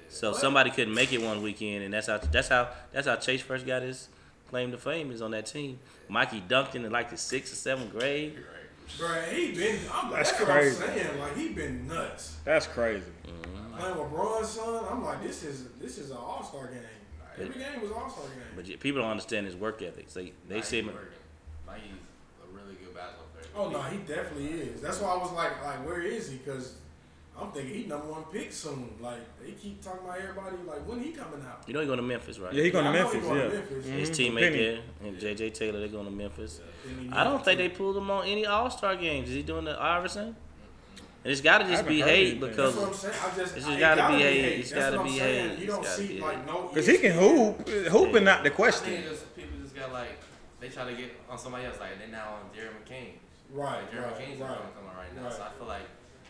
Speaker 4: So somebody couldn't make it one weekend, and that's how that's how that's how Chase first got his claim to fame is on that team. Mikey dunked in like the sixth or seventh grade.
Speaker 3: You're right.
Speaker 2: Bro, he been. I'm,
Speaker 1: That's
Speaker 2: that's
Speaker 1: crazy.
Speaker 2: What I'm saying. Like he been nuts.
Speaker 1: that's crazy
Speaker 2: Playing with Braun's son, I'm like, this is this is an All Star game. Like, every game was All Star game.
Speaker 4: But you- people don't understand his work ethics. They they
Speaker 3: Mikey's
Speaker 4: see him.
Speaker 3: working. Mikey's a really good basketball player.
Speaker 2: Oh no, he definitely is. That's why I was like, like, where is he? Because I'm thinking he number one pick soon. Like they keep talking about everybody. Like when he coming out?
Speaker 4: You know he going to Memphis, right?
Speaker 1: yeah he going
Speaker 2: I
Speaker 1: to
Speaker 2: know
Speaker 1: memphis
Speaker 2: he going
Speaker 1: yeah
Speaker 2: to Memphis.
Speaker 4: his
Speaker 1: Mhm.
Speaker 4: teammate
Speaker 1: Penny.
Speaker 4: there and JJ Taylor. They're going to Memphis.
Speaker 2: And he-
Speaker 4: I don't think they pulled him on any All Star games. Is he doing the Iverson? And it's got to just
Speaker 1: haven't
Speaker 4: be
Speaker 1: heard
Speaker 4: hate
Speaker 1: anything.
Speaker 2: That's
Speaker 4: because
Speaker 2: what I'm saying. I just,
Speaker 4: It's
Speaker 2: I-
Speaker 4: just
Speaker 2: it
Speaker 4: gotta be hate.
Speaker 2: hate.
Speaker 4: It's
Speaker 2: That's
Speaker 4: gotta
Speaker 2: what I'm
Speaker 4: be
Speaker 2: saying.
Speaker 4: hate.
Speaker 2: You
Speaker 4: It's
Speaker 2: don't
Speaker 4: gotta
Speaker 2: see
Speaker 4: be
Speaker 2: like
Speaker 4: hate.
Speaker 2: no.
Speaker 1: because he can hoop hooping not the
Speaker 3: I
Speaker 1: question
Speaker 3: think it's just people just got like they try to get on somebody else. Like they're now on Jeremy King.
Speaker 2: Right,
Speaker 3: Like, Jeremy
Speaker 2: right,
Speaker 3: King's
Speaker 2: right.
Speaker 3: on coming right now. So I
Speaker 2: Right.
Speaker 3: feel like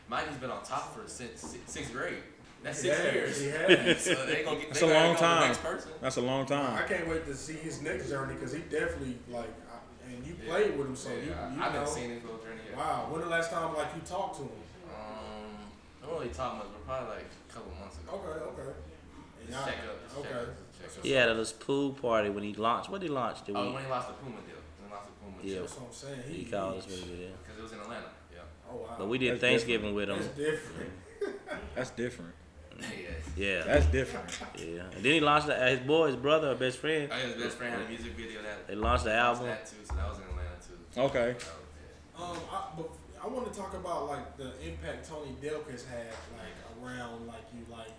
Speaker 3: Mikey's been on top for since si- sixth grade. That's
Speaker 2: He
Speaker 3: six
Speaker 2: has,
Speaker 3: years.
Speaker 2: he has.
Speaker 3: so they gonna get.
Speaker 1: That's
Speaker 3: they
Speaker 1: a long
Speaker 3: gotta go to the
Speaker 1: time.
Speaker 3: Next person.
Speaker 1: that's a long
Speaker 2: I
Speaker 1: time
Speaker 2: can't wait to see his next journey because he definitely like, I, and you played with him, so
Speaker 3: yeah,
Speaker 2: you, you
Speaker 3: I've
Speaker 2: know.
Speaker 3: been seeing his little journey. Yeah.
Speaker 2: Wow, when the last time like you talked to him?
Speaker 3: Um, I don't really talk much, but probably like a couple months ago.
Speaker 2: Okay, okay. And
Speaker 3: Just
Speaker 2: y'all-
Speaker 3: check up. Just
Speaker 2: Oh, okay.
Speaker 3: check up. Just check up.
Speaker 4: he had this pool party when he launched. What did he launch? Did
Speaker 3: Oh,
Speaker 4: we?
Speaker 3: when he lost the Puma deal. When he lost the Puma
Speaker 4: Yeah.
Speaker 3: deal.
Speaker 2: That's what I'm saying.
Speaker 4: He called us when we did that.
Speaker 3: Because it was in Atlanta. Yeah.
Speaker 2: Oh wow.
Speaker 4: But we did
Speaker 1: That's
Speaker 4: Thanksgiving with
Speaker 2: That's
Speaker 4: him.
Speaker 2: different.
Speaker 1: that's different
Speaker 3: yes.
Speaker 4: Yeah,
Speaker 1: that's different
Speaker 4: yeah. And then he launched the, his boy, his brother, or best friend.
Speaker 3: I his best friend had a music video that
Speaker 4: They launched the album.
Speaker 3: that too, so that was in Atlanta too.
Speaker 1: okay
Speaker 3: That was- yeah.
Speaker 2: Um, I, but I want to talk about like the impact Tony Delk has had like around like you like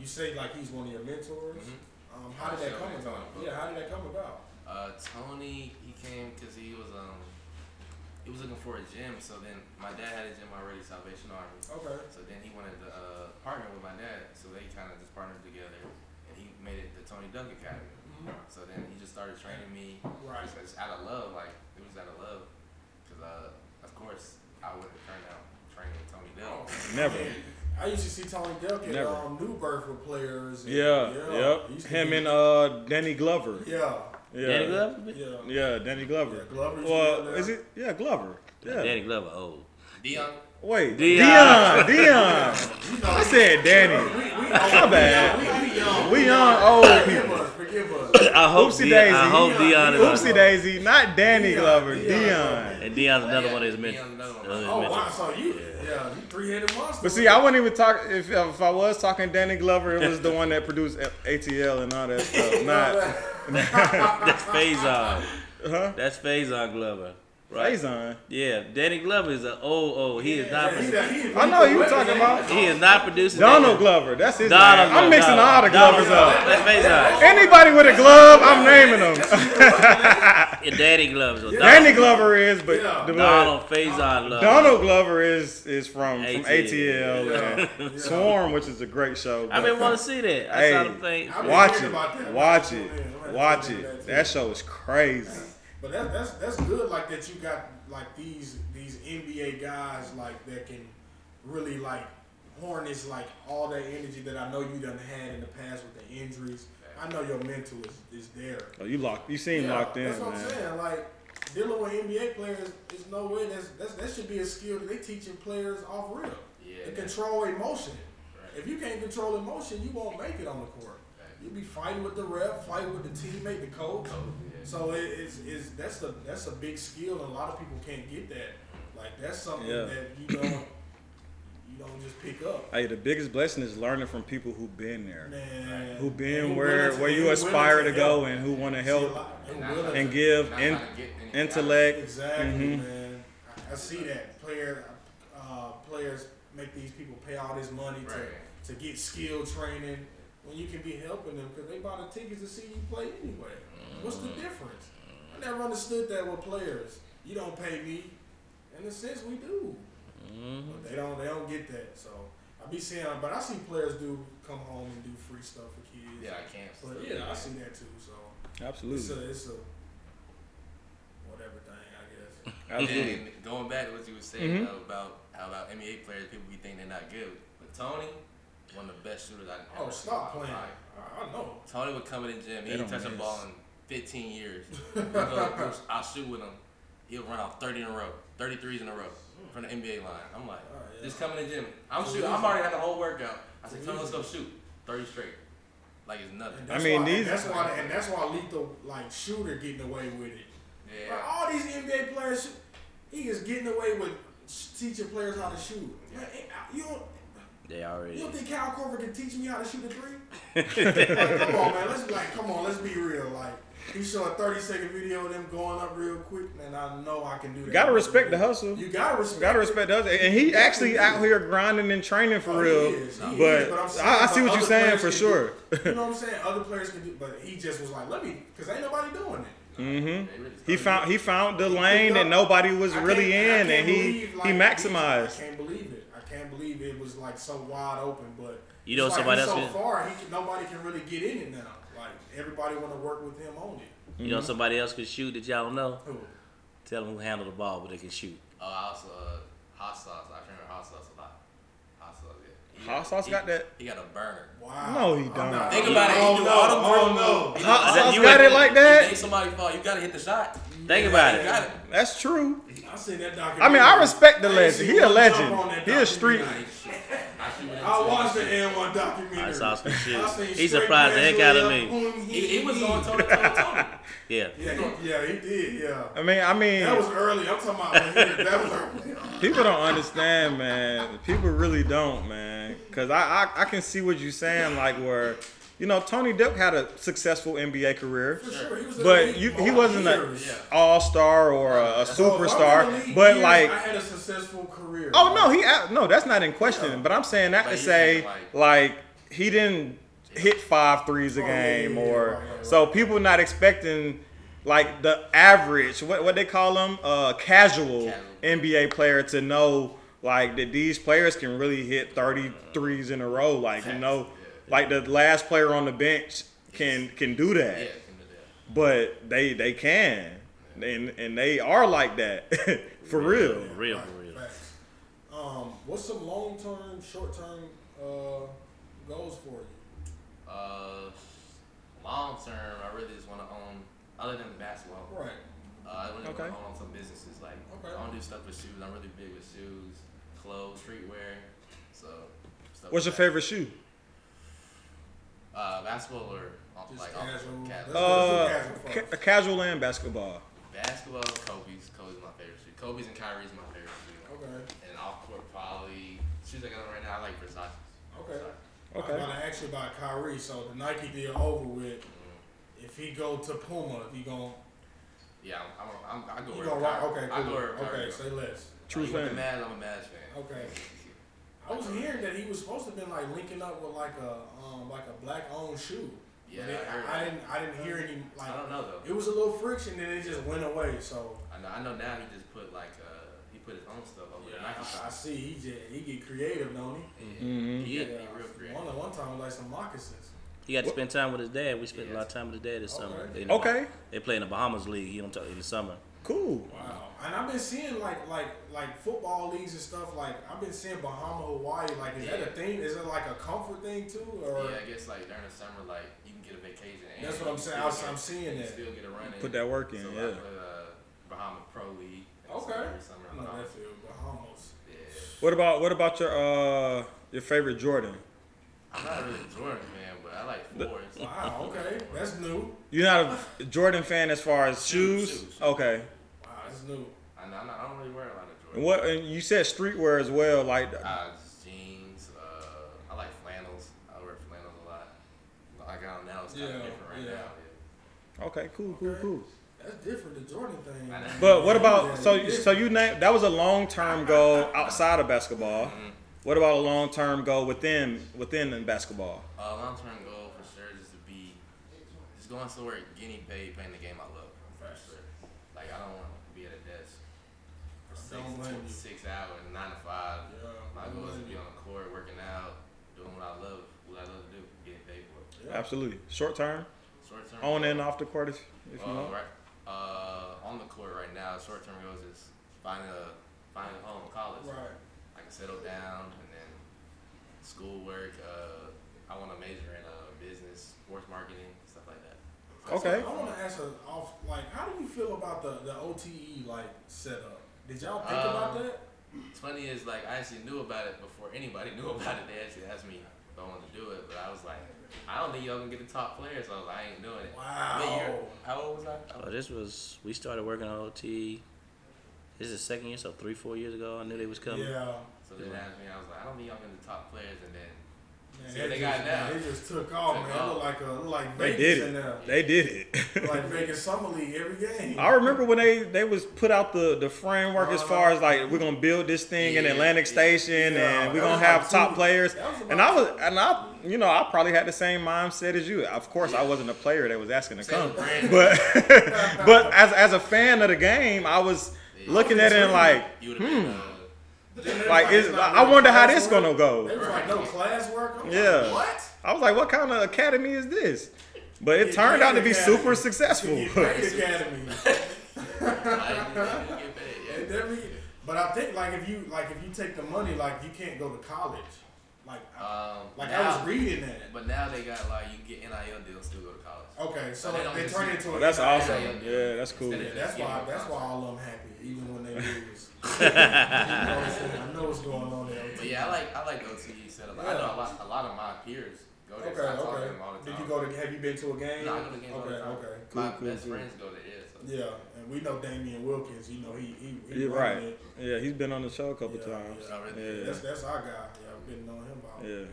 Speaker 2: you say like he's one of your mentors.
Speaker 3: Mm-hmm.
Speaker 4: Mm-hmm.
Speaker 2: Um, how did that come about? Yeah, how did that come about?
Speaker 3: Uh, Tony, he came because he was um, he was looking for a gym. So then my dad had a gym already, Salvation Army.
Speaker 2: Okay.
Speaker 3: So then he wanted to uh, partner with my dad. So they kind of just partnered together, and he made it the Tony Dunk Academy. So then he just started training me.
Speaker 2: Mm-hmm. Right.
Speaker 3: It's, it's out of love, uh, like it was out of love.
Speaker 2: Oh.
Speaker 1: Never.
Speaker 2: Man, I used to see Tony Delk at
Speaker 1: Never.
Speaker 2: um, New Birth with players. and-
Speaker 1: Yeah,
Speaker 2: he
Speaker 1: yep.
Speaker 2: used to
Speaker 1: Him
Speaker 2: be-
Speaker 1: and uh, Danny Glover.
Speaker 2: yeah,
Speaker 1: Yeah.
Speaker 4: Danny Glover?
Speaker 2: yeah.
Speaker 1: Yeah, Danny Glover.
Speaker 2: Yeah, uh, Glover used to be
Speaker 1: Well,
Speaker 2: up there.
Speaker 1: is it? Yeah, Glover. Yeah.
Speaker 4: Danny Glover, old.
Speaker 3: Dion,
Speaker 1: Wait, Dion.
Speaker 4: Dion.
Speaker 1: Dion.
Speaker 2: You know,
Speaker 1: I said Danny.
Speaker 2: we, we, old,
Speaker 1: My bad.
Speaker 2: We, we young.
Speaker 1: We young old
Speaker 2: Forgive
Speaker 1: people.
Speaker 2: us. Forgive us.
Speaker 4: I hope
Speaker 1: Oopsie
Speaker 4: Dion, I
Speaker 1: daisy.
Speaker 4: hope Dion is
Speaker 1: Oopsie Daisy, not Danny
Speaker 2: Dion,
Speaker 1: Glover.
Speaker 2: Dion.
Speaker 1: Dion.
Speaker 4: And Dion's another one of his
Speaker 3: Dion's
Speaker 4: mentors.
Speaker 3: another one.
Speaker 4: Another
Speaker 2: Oh wow!
Speaker 4: mentor.
Speaker 2: So you, yeah, you three-headed monster.
Speaker 1: But see, I wouldn't even talk if if I was talking Danny Glover. It was the one that produced ATL and all that stuff. Not
Speaker 4: That's Faison.
Speaker 1: huh?
Speaker 4: That's Faison Glover. Right?
Speaker 1: Faison.
Speaker 4: Yeah, Danny Glover is an old, old. He is not.
Speaker 2: He- he- he-
Speaker 1: I know you were talking about
Speaker 4: He is not producing.
Speaker 1: Donald Glover. That's his
Speaker 4: Donald
Speaker 1: name. I'm mixing
Speaker 4: Glover.
Speaker 1: all the
Speaker 4: Donald
Speaker 1: Glovers
Speaker 4: Glover.
Speaker 1: up.
Speaker 4: That's Faison.
Speaker 1: Anybody with a glove, I'm naming them.
Speaker 4: Yeah, Danny Glover. So
Speaker 1: Danny Glover is, but
Speaker 2: Yeah.
Speaker 1: the
Speaker 4: Donald Faison Glover.
Speaker 1: Donald Glover is is from from
Speaker 4: ATL.
Speaker 1: ATL
Speaker 2: Yeah.
Speaker 1: and Swarm, which is a great show.
Speaker 4: I've
Speaker 1: but-
Speaker 4: been wanting to see that. I
Speaker 1: Hey.
Speaker 4: saw the thing.
Speaker 2: I've been
Speaker 1: Watch
Speaker 2: hearing
Speaker 1: it.
Speaker 2: about that.
Speaker 1: Watch
Speaker 2: I'm
Speaker 1: it.
Speaker 2: gonna have to
Speaker 1: Watch
Speaker 2: look into
Speaker 1: it.
Speaker 2: too.
Speaker 1: That show is crazy.
Speaker 2: But that, that's that's good. Like that, you got like these these NBA guys like that can really like harness like all that energy that I know you done had in the past with the injuries. I know your mental is, is there.
Speaker 1: Oh, you locked. You seem
Speaker 2: Yeah,
Speaker 1: locked in,
Speaker 2: that's what I'm
Speaker 1: man.
Speaker 2: saying. Like dealing with NBA players is no way. That's, that's that should be a skill that they teaching players off real.
Speaker 3: Yeah.
Speaker 2: To control emotion.
Speaker 3: Right.
Speaker 2: If you can't control emotion, you won't make it on the court.
Speaker 3: Right.
Speaker 2: You'll be fighting with the ref, fighting with the teammate, the coach.
Speaker 3: yeah.
Speaker 2: So it is is that's the that's a big skill, and a lot of people can't get that. Like that's something
Speaker 1: Yeah.
Speaker 2: that you don't you don't just pick up.
Speaker 1: Hey, the biggest blessing is learning from people who've been there,
Speaker 2: Man,
Speaker 1: who been
Speaker 2: and
Speaker 1: where
Speaker 2: willing to-
Speaker 1: where
Speaker 2: and
Speaker 1: you
Speaker 2: willing
Speaker 1: aspire to go,
Speaker 2: help.
Speaker 1: and who want to
Speaker 2: See a
Speaker 1: help
Speaker 2: lot, and
Speaker 3: And
Speaker 2: willing
Speaker 1: and
Speaker 2: to-
Speaker 1: give
Speaker 3: Not
Speaker 1: in,
Speaker 3: trying to get anything out of it.
Speaker 1: intellect.
Speaker 2: Exactly,
Speaker 1: Mhm.
Speaker 2: man. I, I see that player uh, players make these people pay all this money
Speaker 3: Right.
Speaker 2: to, to get skill training when you can be helping them because they bought the tickets to see you play anyway. What's the
Speaker 3: Mm-hmm.
Speaker 2: difference? I never understood that with players. You don't pay me. In a sense, we do,
Speaker 3: Mm-hmm.
Speaker 2: but they don't. They don't get that. So I be seeing, but I see players do come home and do free stuff for kids.
Speaker 3: Yeah, I can't.
Speaker 2: but yeah, I see that too. So. It's
Speaker 1: Absolutely,
Speaker 2: a, it's a whatever thing,
Speaker 1: absolutely.
Speaker 3: And going back to what you
Speaker 1: Mm-hmm.
Speaker 3: were saying though, about how about NBA players, people be think they're not good. But Tony, one of the best shooters I
Speaker 2: I guess. Oh,
Speaker 3: ever seen
Speaker 2: stop
Speaker 3: in my
Speaker 2: playing.
Speaker 3: life.
Speaker 2: I, I know.
Speaker 3: Tony would come in the gym. He
Speaker 1: They
Speaker 3: ain't
Speaker 1: don't
Speaker 3: touch a
Speaker 1: miss.
Speaker 3: ball in 15 years. We'll go, we'll- I'll shoot with him. He'll run off 30 in a row, 33s in a row from the NBA line. I'm like,
Speaker 2: Oh, yeah.
Speaker 3: just come in the gym. I'm
Speaker 2: Too
Speaker 3: shooting. I'm
Speaker 2: easy.
Speaker 3: already had the whole workout. I said,
Speaker 2: Too
Speaker 3: Tony, let's
Speaker 2: easy.
Speaker 3: go shoot 30 straight. Like it's nothing.
Speaker 2: And that's
Speaker 1: mean,
Speaker 2: why,
Speaker 1: these-
Speaker 2: That's why, and that's why lethal like shooter getting away with it. Like,
Speaker 3: Yeah.
Speaker 2: all these NBA players, shoot- he is getting away with sh- teaching players how to shoot. Man, I- you don't.
Speaker 4: They
Speaker 2: You
Speaker 4: already.
Speaker 2: don't think Cal Corver can teach me how to shoot a three? like, come on, man. Let's be like, come on. Let's be real. Like, he showed a thirty second video of them going up real quick, and I know I can do that.
Speaker 1: Gotta respect the hustle.
Speaker 2: You gotta respect.
Speaker 1: Gotta
Speaker 2: it.
Speaker 1: respect us, and he actually out here grinding and training for
Speaker 2: Oh, he
Speaker 1: real.
Speaker 2: is. He is,
Speaker 1: But
Speaker 2: I'm saying,
Speaker 1: I, I see
Speaker 2: but
Speaker 1: what you're
Speaker 2: other
Speaker 1: saying
Speaker 2: players
Speaker 1: for
Speaker 2: can
Speaker 1: sure.
Speaker 2: do- You know what I'm saying? Other players can do, but he just was like, let me, because ain't nobody doing it.
Speaker 3: They really
Speaker 1: Mm-hmm. He
Speaker 3: started-
Speaker 1: found he found the lane that
Speaker 2: up.
Speaker 1: nobody was
Speaker 2: I
Speaker 1: really
Speaker 2: can't-
Speaker 1: in,
Speaker 2: I
Speaker 1: and
Speaker 2: can't
Speaker 1: he
Speaker 2: believe,
Speaker 1: he
Speaker 2: like,
Speaker 1: maximized.
Speaker 2: I can't believe it. I can't believe it was like so wide open, but
Speaker 4: You know
Speaker 2: it's like
Speaker 4: somebody
Speaker 2: he's
Speaker 4: else
Speaker 2: so
Speaker 4: can-
Speaker 2: far, he can, nobody can really get in it now. Like everybody want to work with him on it.
Speaker 4: You know somebody else could shoot that y'all don't know.
Speaker 2: Who?
Speaker 4: Tell them who handled the ball, but they can shoot.
Speaker 3: Oh, I also uh, hot sauce. I remember hot sauce a lot. Hot sauce, yeah. He
Speaker 1: Hot sauce
Speaker 3: he-
Speaker 1: got that-
Speaker 3: He got a burner.
Speaker 2: Wow.
Speaker 1: No, he
Speaker 2: I'm
Speaker 1: don't.
Speaker 2: not-
Speaker 3: Think about it. He
Speaker 2: Oh,
Speaker 3: do
Speaker 2: no.
Speaker 3: all them
Speaker 2: Oh,
Speaker 3: dribbles.
Speaker 2: no.
Speaker 3: He do
Speaker 1: Hot
Speaker 3: all-
Speaker 1: sauce
Speaker 3: you
Speaker 1: Uh, got
Speaker 3: make-
Speaker 1: it like
Speaker 3: you
Speaker 1: that?
Speaker 3: Make somebody fall. You gotta hit the shot.
Speaker 4: Think about
Speaker 3: You got
Speaker 4: it.
Speaker 3: it.
Speaker 1: That's true.
Speaker 2: I seen that documentary.
Speaker 1: I mean, I respect the
Speaker 2: I ain't
Speaker 1: legend.
Speaker 2: seen
Speaker 1: He a
Speaker 2: one
Speaker 1: legend.
Speaker 2: jump on that
Speaker 1: He a street.
Speaker 2: documentary.
Speaker 3: I shoot with him,
Speaker 2: I
Speaker 3: too.
Speaker 2: watched the N1 documentary.
Speaker 4: I saw some shit.
Speaker 2: I seen
Speaker 4: He
Speaker 2: straight
Speaker 4: surprised the heck out of
Speaker 2: Venezuela,
Speaker 4: me.
Speaker 2: boom,
Speaker 3: He, he was
Speaker 2: he-
Speaker 3: going toe to toe. with Tony.
Speaker 4: Yeah.
Speaker 2: Yeah, he, yeah, he did. Yeah,
Speaker 1: I mean, I
Speaker 2: that was
Speaker 1: mean,
Speaker 2: early. I'm talking about when he, that was early.
Speaker 1: people don't understand, man. People really don't, man. Cause I I, I can see what you're saying, like where, you know, Tony Depp had a successful NBA career.
Speaker 2: For sure, he was in the league
Speaker 1: But you, he
Speaker 2: for
Speaker 1: wasn't an
Speaker 2: years.
Speaker 1: all star or a, a
Speaker 2: So if I'm in the
Speaker 1: superstar,
Speaker 2: league
Speaker 1: but
Speaker 2: years,
Speaker 1: like
Speaker 2: I had a successful career.
Speaker 1: Oh no, he ab- no, that's not in question.
Speaker 2: Oh.
Speaker 1: But I'm saying that
Speaker 3: But
Speaker 1: to
Speaker 3: he's
Speaker 1: say
Speaker 3: saying,
Speaker 1: like, he didn't hit five threes a
Speaker 2: Oh, yeah,
Speaker 1: game
Speaker 2: yeah, yeah,
Speaker 1: or
Speaker 2: right, right,
Speaker 1: so people not expecting like the average what what they call them uh casual,
Speaker 3: Casual.
Speaker 1: NBA player to know like that these players can really hit 30
Speaker 2: Uh-huh.
Speaker 1: threes in a row like you know like the last player on the bench can can do that
Speaker 3: Yeah, he can do that.
Speaker 1: but they they can and and they are like that for real
Speaker 4: For real, for real.
Speaker 2: Facts. Um, Um, what's some long term, short term uh, goals for you?
Speaker 3: Uh, long term, I really just want to own, other than basketball,
Speaker 2: Right.
Speaker 3: uh, I really
Speaker 1: Okay.
Speaker 3: want to own some businesses. Like,
Speaker 2: Okay.
Speaker 3: I want to do stuff with shoes. I'm really big with shoes, clothes, streetwear. So,
Speaker 1: What's
Speaker 3: stuff
Speaker 1: your
Speaker 3: like that.
Speaker 1: favorite shoe?
Speaker 3: Uh, basketball or off,
Speaker 2: Just
Speaker 3: like um, off
Speaker 2: casual.
Speaker 3: casual.
Speaker 1: Uh,
Speaker 2: Let's go to some casual
Speaker 1: ca-
Speaker 2: first.
Speaker 1: casual and basketball.
Speaker 3: basketball, Kobe's. Kobe's my favorite shoe. Kobe's and Kyrie's my favorite shoe.
Speaker 2: Okay.
Speaker 3: And off court, probably shoes I got on right now. I like Versace.
Speaker 2: Okay. I was
Speaker 1: Okay.
Speaker 2: going to ask you about Kyrie. So the Nike deal over with. If he go to Puma, if he gon'
Speaker 3: Yeah, I'm. I'm, I'm I go
Speaker 2: you
Speaker 3: wherever
Speaker 2: gonna rock.
Speaker 3: Kyrie-
Speaker 2: Okay,
Speaker 3: I
Speaker 2: cool.
Speaker 3: go wherever Kyrie
Speaker 2: okay,
Speaker 3: goes.
Speaker 2: say less.
Speaker 1: True
Speaker 3: Like, with the
Speaker 1: fan.
Speaker 3: Mavs, I'm a Mavs fan.
Speaker 2: Okay. I was hearing that he was supposed to have been like linking up with like a um, like a black owned shoe.
Speaker 3: Yeah,
Speaker 2: But it-
Speaker 3: I heard
Speaker 2: I,
Speaker 3: that.
Speaker 2: didn't I didn't hear any like
Speaker 3: I don't know though.
Speaker 2: it was a little friction and it just went away. So
Speaker 3: I know, I know now he just put like uh he put his own stuff over the Nike
Speaker 2: I, I
Speaker 3: stuff.
Speaker 2: see he just he get creative, don't he?
Speaker 3: Yeah,
Speaker 1: Mhm.
Speaker 3: he, is- he real creative.
Speaker 2: One one time was like some moccasins.
Speaker 4: He got to spend time with his dad. We spent a lot of time with his dad this summer.
Speaker 2: Okay.
Speaker 4: They-
Speaker 1: Okay.
Speaker 4: They play in the Bahamas League. You don't talk in the summer.
Speaker 1: Cool.
Speaker 2: Wow. And I've been seeing like like like football leagues and stuff. Like I've been seeing Bahama, Hawaii. Like is that
Speaker 3: Yeah.
Speaker 2: a thing? Is it like a comfort thing too? Or
Speaker 3: Yeah, I guess like during the summer, like you can get a vacation. And
Speaker 2: That's what I'm saying.
Speaker 3: you
Speaker 2: I
Speaker 3: still
Speaker 2: was- I'm
Speaker 3: get-
Speaker 2: seeing
Speaker 3: you
Speaker 2: that.
Speaker 3: Still get a run in.
Speaker 1: Put that work in,
Speaker 3: So I
Speaker 1: yeah.
Speaker 3: put, uh, Bahama Pro League. in the
Speaker 2: Okay.
Speaker 3: summer, every summer,
Speaker 2: I know
Speaker 3: Bahama.
Speaker 2: that feel Bahamas.
Speaker 3: Yeah.
Speaker 1: What about what about your uh your favorite Jordan?
Speaker 3: I'm not really a Jordan fan, but I like Forrest.
Speaker 2: Wow. Okay, that's new.
Speaker 1: You're not a Jordan fan as far as
Speaker 3: Shoes,
Speaker 1: shoes.
Speaker 3: shoes.
Speaker 1: Okay.
Speaker 2: Wow, that's new.
Speaker 3: I, know, I'm not, I don't really wear a lot of Jordan.
Speaker 1: And what and you said streetwear as well. Like
Speaker 3: Uh, just jeans. Uh, I like flannels. I wear flannels a lot. Like I don't know, it's kind
Speaker 2: Yeah,
Speaker 3: of different right
Speaker 2: yeah.
Speaker 3: now.
Speaker 1: okay, cool, cool, cool.
Speaker 2: That's different. The Jordan thing.
Speaker 3: I know.
Speaker 1: But what
Speaker 2: Yeah,
Speaker 1: about so
Speaker 2: it's
Speaker 1: so you name that was a long term goal outside of basketball. What about a long term goal within within in basketball?
Speaker 3: Uh, long term goal for sure is to be just going somewhere getting paid playing the game I love. For sure. Like I don't want to be at a desk for six,
Speaker 2: Don't blame you.
Speaker 3: six hours, nine to five.
Speaker 2: Yeah,
Speaker 3: My
Speaker 2: I'm
Speaker 3: goal is to
Speaker 2: with
Speaker 3: be
Speaker 2: you.
Speaker 3: on the court, working out, doing what I love, what I love to do, getting paid for it.
Speaker 2: Yeah.
Speaker 1: Absolutely. Short term,
Speaker 3: Short term.
Speaker 1: on and off the court if, if you want.
Speaker 3: Well, Uh, right, uh, on the court right now, short term goals is find a find a home, college.
Speaker 2: Right.
Speaker 3: I can settle down and then schoolwork. Uh, I want to major in uh, business, sports marketing, stuff like that.
Speaker 1: Okay.
Speaker 2: I want to ask a off. Like, how do you feel about the the OTE like setup? Did y'all think
Speaker 3: Um,
Speaker 2: about that?
Speaker 3: What's funny is like I actually knew about it before anybody knew about it. They actually asked me if I wanted to do it, but I was like, I don't think y'all gonna get the top players. So I was like, I ain't doing it.
Speaker 2: Wow.
Speaker 3: How old was I?
Speaker 4: Uh, this was we started working on OT. This is the second year, so three, four years ago. I knew they was coming.
Speaker 2: Yeah.
Speaker 3: So they asked me. I was like, I don't think y'all gonna get the top players. And then
Speaker 2: Man,
Speaker 3: See what
Speaker 2: it
Speaker 3: they
Speaker 2: just,
Speaker 3: got
Speaker 2: man,
Speaker 3: now.
Speaker 2: It just took off,
Speaker 3: Took
Speaker 2: man. It
Speaker 3: off.
Speaker 2: looked like a looked like
Speaker 1: They
Speaker 2: Vegas
Speaker 1: did
Speaker 2: in there.
Speaker 1: it. They did it.
Speaker 2: Looked like Vegas Summer League every game.
Speaker 1: I remember when they, they was put out the, the framework as far as like we're gonna build this thing in
Speaker 3: Yeah,
Speaker 1: Atlantic
Speaker 3: yeah.
Speaker 1: Station
Speaker 2: Yeah,
Speaker 1: and we're
Speaker 2: that
Speaker 1: gonna
Speaker 2: was
Speaker 1: have
Speaker 2: about
Speaker 1: top
Speaker 2: two-
Speaker 1: players.
Speaker 2: that was
Speaker 1: And I
Speaker 2: about-
Speaker 1: was and I you know I probably had the same mindset as you. Of course I wasn't a player that was asking to
Speaker 3: Taylor
Speaker 1: come,
Speaker 3: Brand,
Speaker 1: but but as as a fan of the game I was
Speaker 3: Yeah.
Speaker 1: looking at it and like
Speaker 3: you would have been. Uh,
Speaker 1: like is I wonder how this gonna
Speaker 2: They
Speaker 1: go.
Speaker 2: was like no classwork. I'm
Speaker 1: Yeah.
Speaker 2: Like, what?
Speaker 1: I was like what kind of academy is this? But it
Speaker 2: Yeah,
Speaker 1: turned out to be
Speaker 2: yeah.
Speaker 1: super successful.
Speaker 2: The Great Academy.
Speaker 3: like, you didn't get paid. Yeah.
Speaker 2: It definitely- but I think like if you like if you take the money, like you can't go to college. Like I-
Speaker 3: Um,
Speaker 2: like
Speaker 3: now,
Speaker 2: I was reading that.
Speaker 3: But now they got like you get NIL deals still go to college.
Speaker 2: Okay, so
Speaker 3: But they don't
Speaker 2: they
Speaker 3: just
Speaker 2: turn
Speaker 3: see-
Speaker 2: into a
Speaker 1: Well, that's
Speaker 2: NIL.
Speaker 1: awesome. Yeah, that's cool.
Speaker 2: Yeah, that's why. That's why all of them happy, even when they lose. You know what I'm saying? I know what's going on there.
Speaker 3: But yeah, I like I like OTE setup. I know a lot, a lot of my peers go there.
Speaker 2: Okay,
Speaker 3: so I talk to
Speaker 2: okay.
Speaker 3: them all the
Speaker 2: Did
Speaker 3: time.
Speaker 2: you go to? Have you been to a game?
Speaker 3: No, I go to games all
Speaker 2: Okay,
Speaker 3: the time.
Speaker 2: okay.
Speaker 3: my
Speaker 1: Cool, cool,
Speaker 3: best
Speaker 1: cool.
Speaker 3: friends go there. Yeah, so
Speaker 2: Yeah, and we know Damian Wilkins. You know he he. he
Speaker 1: Yeah,
Speaker 2: running
Speaker 1: right.
Speaker 2: it.
Speaker 1: Yeah, he's been on the show a couple
Speaker 2: Yeah,
Speaker 1: times.
Speaker 3: yeah, I really-
Speaker 1: Yeah.
Speaker 2: That's that's our guy. Yeah, I've been knowing him about
Speaker 1: Yeah.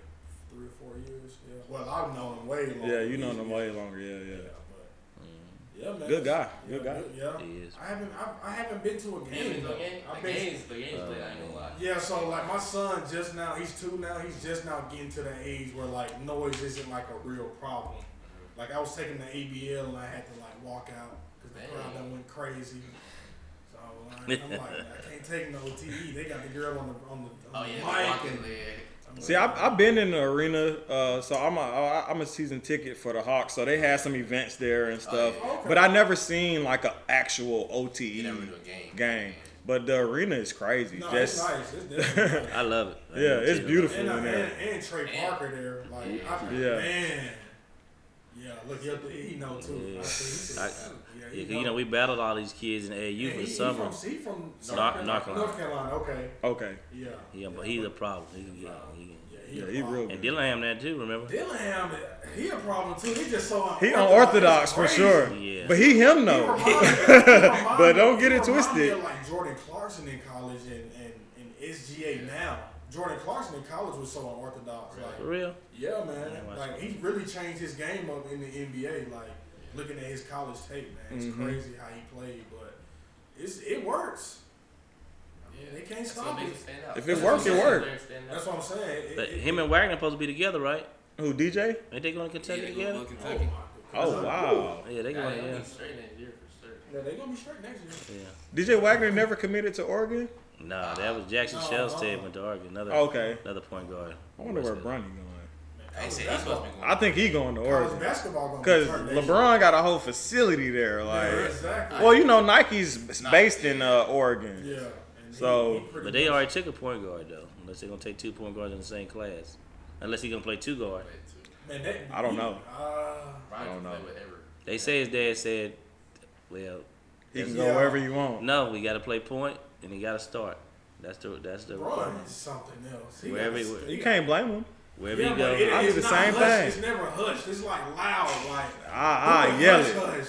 Speaker 2: three or four years. Yeah. Well, I've known him way longer.
Speaker 1: Yeah, you know
Speaker 2: He's-
Speaker 1: him way longer. Yeah,
Speaker 2: Yeah,
Speaker 1: yeah.
Speaker 2: but yeah, man.
Speaker 1: Good guy.
Speaker 2: that's-
Speaker 1: Good
Speaker 2: yeah,
Speaker 1: guy.
Speaker 2: Yeah.
Speaker 4: He is.
Speaker 2: I haven't I, I haven't been to a game.
Speaker 3: games, the
Speaker 2: though.
Speaker 3: games,
Speaker 2: I've
Speaker 3: the
Speaker 2: been-
Speaker 3: games, the games played. I ain't gonna lie.
Speaker 2: Yeah, so like my son just now, he's two now, he's just now getting to the age where like noise isn't like a real problem. Like I was taking the ABL and I had to like walk out because the crowd done went crazy. So like, I'm like, I can't take no TE. They got the girl on the on the,
Speaker 3: Oh
Speaker 2: on
Speaker 3: yeah,
Speaker 2: the mic.
Speaker 3: walking
Speaker 2: And,
Speaker 3: leg.
Speaker 2: I'm
Speaker 1: See,
Speaker 2: like,
Speaker 1: I've, I've been in the arena, uh, so I'm a I- I'm a season ticket for the Hawks. So they had some events there and stuff,
Speaker 3: Oh,
Speaker 2: yeah.
Speaker 1: but I never seen like a actual OTE
Speaker 3: You never do a game.
Speaker 1: game. But the arena is crazy.
Speaker 2: No,
Speaker 1: Just
Speaker 2: it's nice. It's definitely nice.
Speaker 4: I love it. I
Speaker 1: yeah,
Speaker 4: do
Speaker 1: it's
Speaker 4: too.
Speaker 1: beautiful
Speaker 2: and, uh,
Speaker 1: in
Speaker 2: and,
Speaker 1: there.
Speaker 2: and Trey Parker there, like I,
Speaker 1: Yeah.
Speaker 2: man, yeah. Look, he, up there, he know too. I see, he
Speaker 4: I-
Speaker 2: said, yeah,
Speaker 4: Yeah,
Speaker 2: he
Speaker 4: 'cause, you know we battled all these kids in the AU
Speaker 2: And
Speaker 4: for
Speaker 2: he,
Speaker 4: the
Speaker 2: he
Speaker 4: summer.
Speaker 2: From, he from South
Speaker 4: North-
Speaker 2: Carolina.
Speaker 4: North Carolina.
Speaker 2: North Carolina. Okay,
Speaker 1: Okay.
Speaker 2: yeah.
Speaker 4: Yeah, but he's a problem. He can get on. He can.
Speaker 2: Yeah,
Speaker 1: Yeah,
Speaker 2: a
Speaker 1: he
Speaker 2: problem.
Speaker 1: real
Speaker 4: And
Speaker 1: good.
Speaker 4: Dillingham that too. Remember?
Speaker 2: Dillingham, he a problem too. He just so
Speaker 1: He unorthodox for
Speaker 2: Crazy.
Speaker 1: sure.
Speaker 4: Yeah.
Speaker 1: But he him
Speaker 2: He
Speaker 1: though.
Speaker 2: remind- he remind
Speaker 1: But
Speaker 2: me-
Speaker 1: don't get
Speaker 2: he
Speaker 1: it
Speaker 2: remind me of,
Speaker 1: twisted.
Speaker 2: Like Jordan Clarkson in college and, and, and SGA now. Jordan Clarkson in college was so unorthodox. Like,
Speaker 4: For real?
Speaker 2: yeah,
Speaker 4: Yeah,
Speaker 2: man.
Speaker 4: watch
Speaker 2: Like he really changed his game up in the NBA. Like looking at his college tape, man, it's
Speaker 1: Mm-hmm.
Speaker 2: crazy how he played, but it's it works.
Speaker 3: Yeah.
Speaker 2: They can't
Speaker 3: That's what
Speaker 2: stop it.
Speaker 3: makes him stand out.
Speaker 1: If it
Speaker 3: That's
Speaker 1: works,
Speaker 3: what
Speaker 1: it
Speaker 3: makes
Speaker 1: works.
Speaker 3: players stand out.
Speaker 2: That's what I'm saying. It-
Speaker 4: But
Speaker 2: it-
Speaker 4: him and Wagner supposed to be together, right?
Speaker 1: Who DJ?
Speaker 4: Ain't they going to Kentucky
Speaker 3: Yeah, they
Speaker 4: together?
Speaker 3: go
Speaker 2: oh
Speaker 3: to
Speaker 2: my
Speaker 3: Kentucky.
Speaker 2: goodness.
Speaker 1: Oh wow.
Speaker 4: Yeah, they
Speaker 3: Yeah,
Speaker 4: going.
Speaker 3: they'll
Speaker 4: Yeah,
Speaker 3: be straight next year for sure.
Speaker 2: Yeah, they gonna be straight next year.
Speaker 4: yeah.
Speaker 1: DJ Wagner never committed to Oregon.
Speaker 4: Nah, that was Jackson
Speaker 2: No,
Speaker 4: Shell's
Speaker 2: no.
Speaker 4: team went to Oregon. Another
Speaker 1: Okay.
Speaker 4: another point guard.
Speaker 1: I wonder where
Speaker 4: West-
Speaker 1: Bronny going.
Speaker 3: They said he's supposed to be going.
Speaker 1: I think he going to
Speaker 2: College
Speaker 1: Oregon
Speaker 2: basketball gonna be
Speaker 1: because
Speaker 2: straight next year.
Speaker 1: LeBron got a whole facility there.
Speaker 2: Yeah,
Speaker 1: Like,
Speaker 2: exactly.
Speaker 1: well, you know, Nike's based in uh, Oregon.
Speaker 2: Yeah. and he-
Speaker 1: So-
Speaker 2: he pretty
Speaker 4: But they
Speaker 2: much-
Speaker 4: already took a point guard though. Unless they're gonna take two point guards in the same class. Unless he's gonna play two guard.
Speaker 3: Play
Speaker 2: Man,
Speaker 3: too.
Speaker 2: that-
Speaker 1: I don't know.
Speaker 2: Uh,
Speaker 3: Brian
Speaker 1: I
Speaker 3: can
Speaker 1: don't
Speaker 3: play
Speaker 1: know.
Speaker 3: whatever.
Speaker 4: They say his dad said, "Well,
Speaker 1: He can
Speaker 2: Yes.
Speaker 1: go
Speaker 2: Yeah.
Speaker 1: wherever you want.
Speaker 4: no, we got to play point and he got to start. That's the that's the
Speaker 2: Braun
Speaker 4: requirement.
Speaker 2: is something else. He
Speaker 4: Wherever
Speaker 2: gotta
Speaker 4: he went.
Speaker 2: stay-
Speaker 1: You can't blame him.
Speaker 4: Wherever
Speaker 2: Yeah,
Speaker 4: you
Speaker 2: but
Speaker 4: go,
Speaker 2: it-
Speaker 1: I do
Speaker 2: it's
Speaker 1: the
Speaker 2: not
Speaker 1: same
Speaker 2: hushed.
Speaker 1: thing.
Speaker 2: It's never hushed. It's like loud. Like
Speaker 1: I, I
Speaker 2: Hush,
Speaker 1: yell
Speaker 2: hush,
Speaker 1: it.
Speaker 2: hush.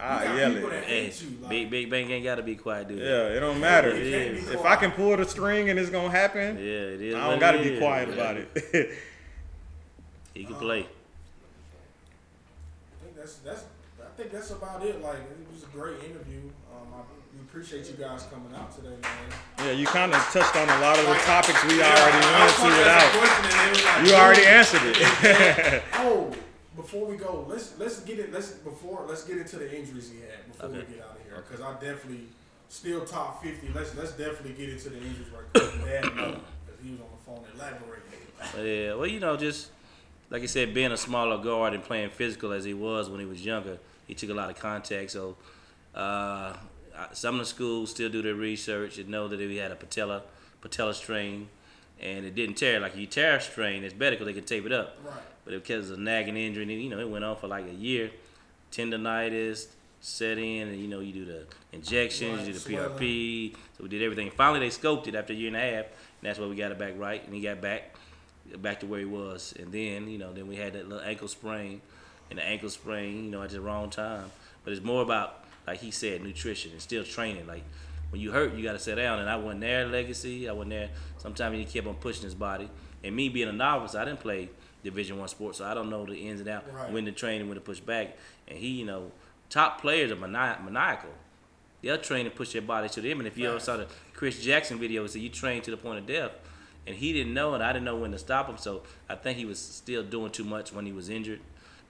Speaker 1: I
Speaker 2: You got
Speaker 1: yell
Speaker 2: people
Speaker 1: it. Eh,
Speaker 2: that
Speaker 4: hey,
Speaker 2: hate you, like-
Speaker 4: Big Big Bang ain't got to be quiet, dude.
Speaker 1: Yeah, it don't matter.
Speaker 2: It can't be
Speaker 1: If
Speaker 2: quiet.
Speaker 1: I can pull the string and it's gonna happen,
Speaker 4: yeah, it is.
Speaker 1: I
Speaker 4: what
Speaker 1: don't
Speaker 4: it
Speaker 1: gotta be
Speaker 4: is.
Speaker 1: quiet
Speaker 4: Yeah.
Speaker 1: about it.
Speaker 4: He can play.
Speaker 2: I think that's that's. I think that's about it. Like it was a great interview. Um, I, we appreciate you guys coming out today, man.
Speaker 1: yeah, you kind of touched on a lot of the
Speaker 2: Like-
Speaker 1: topics we
Speaker 2: Yeah,
Speaker 1: already
Speaker 2: I
Speaker 1: went
Speaker 2: was
Speaker 1: to
Speaker 2: gonna ask a
Speaker 1: without.
Speaker 2: question and they was like,
Speaker 1: You already answered it.
Speaker 2: Oh, before we go, let's let's get it. Let's before let's get into the injuries he had before
Speaker 4: Okay.
Speaker 2: we get out of here because I definitely still top fifty. Let's let's definitely get into the injuries right quick. Dad, because he was on the phone elaborating.
Speaker 4: But yeah, well, you know, just like I said, being a smaller guard and playing physical as he was when he was younger, he took a lot of contact. So uh, I- some of the schools still do their research and know that if he had a patella patella strain and it didn't tear. Like if you tear a strain, it's better because they can tape it up.
Speaker 2: Right.
Speaker 4: But if because of a nagging injury, and you know, it went on for like a year, tendonitis set in, and you know, you do the injections, you do the
Speaker 2: Right,
Speaker 4: PRP. So we did everything. Finally, they scoped it after a year and a half, and that's why we got it back right, and he got back back to where he was. And then, you know, then we had that little ankle sprain, and the ankle sprain, you know, at the wrong time. But it's more about, like he said, nutrition and still training. Like when you hurt, you got to sit down. And I wasn't there, at legacy. I wasn't there. Sometimes he kept on pushing his body. And me being a novice, I didn't play Division One sports, so I don't know the ins and outs,
Speaker 2: Right.
Speaker 4: when to train and when to push back. And he, you know, top players are mani- maniacal. They'll train and push their body to the limit. If you ever
Speaker 2: Facts.
Speaker 4: saw the Chris Jackson video, he said you train to the point of death, and he didn't know, and I didn't know when to stop him. So I think he was still doing too much when he was injured.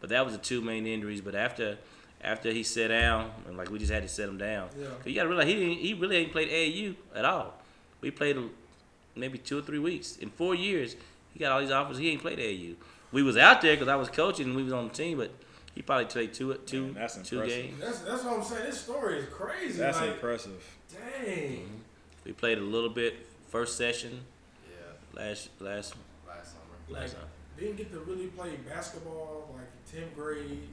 Speaker 4: But that was the two main injuries. But after, after he sat down, and like we just had to set him down.
Speaker 2: Yeah.
Speaker 4: 'Cause You gotta realize he didn't, he really ain't played AAU at all. We played a- maybe two or three weeks in four years. He got all these offers. He ain't played AAU. We was out there because I was coaching and we was on the team, but he probably played two two
Speaker 1: Man, that's
Speaker 4: two
Speaker 1: impressive.
Speaker 4: games.
Speaker 2: That's that's what I'm saying. This story is crazy.
Speaker 1: That's
Speaker 2: like,
Speaker 1: impressive.
Speaker 2: dang.
Speaker 4: We played a little bit first session
Speaker 3: Yeah,
Speaker 4: last last
Speaker 3: last summer.
Speaker 2: Like
Speaker 4: last time.
Speaker 2: didn't get to really play basketball like in tenth grade.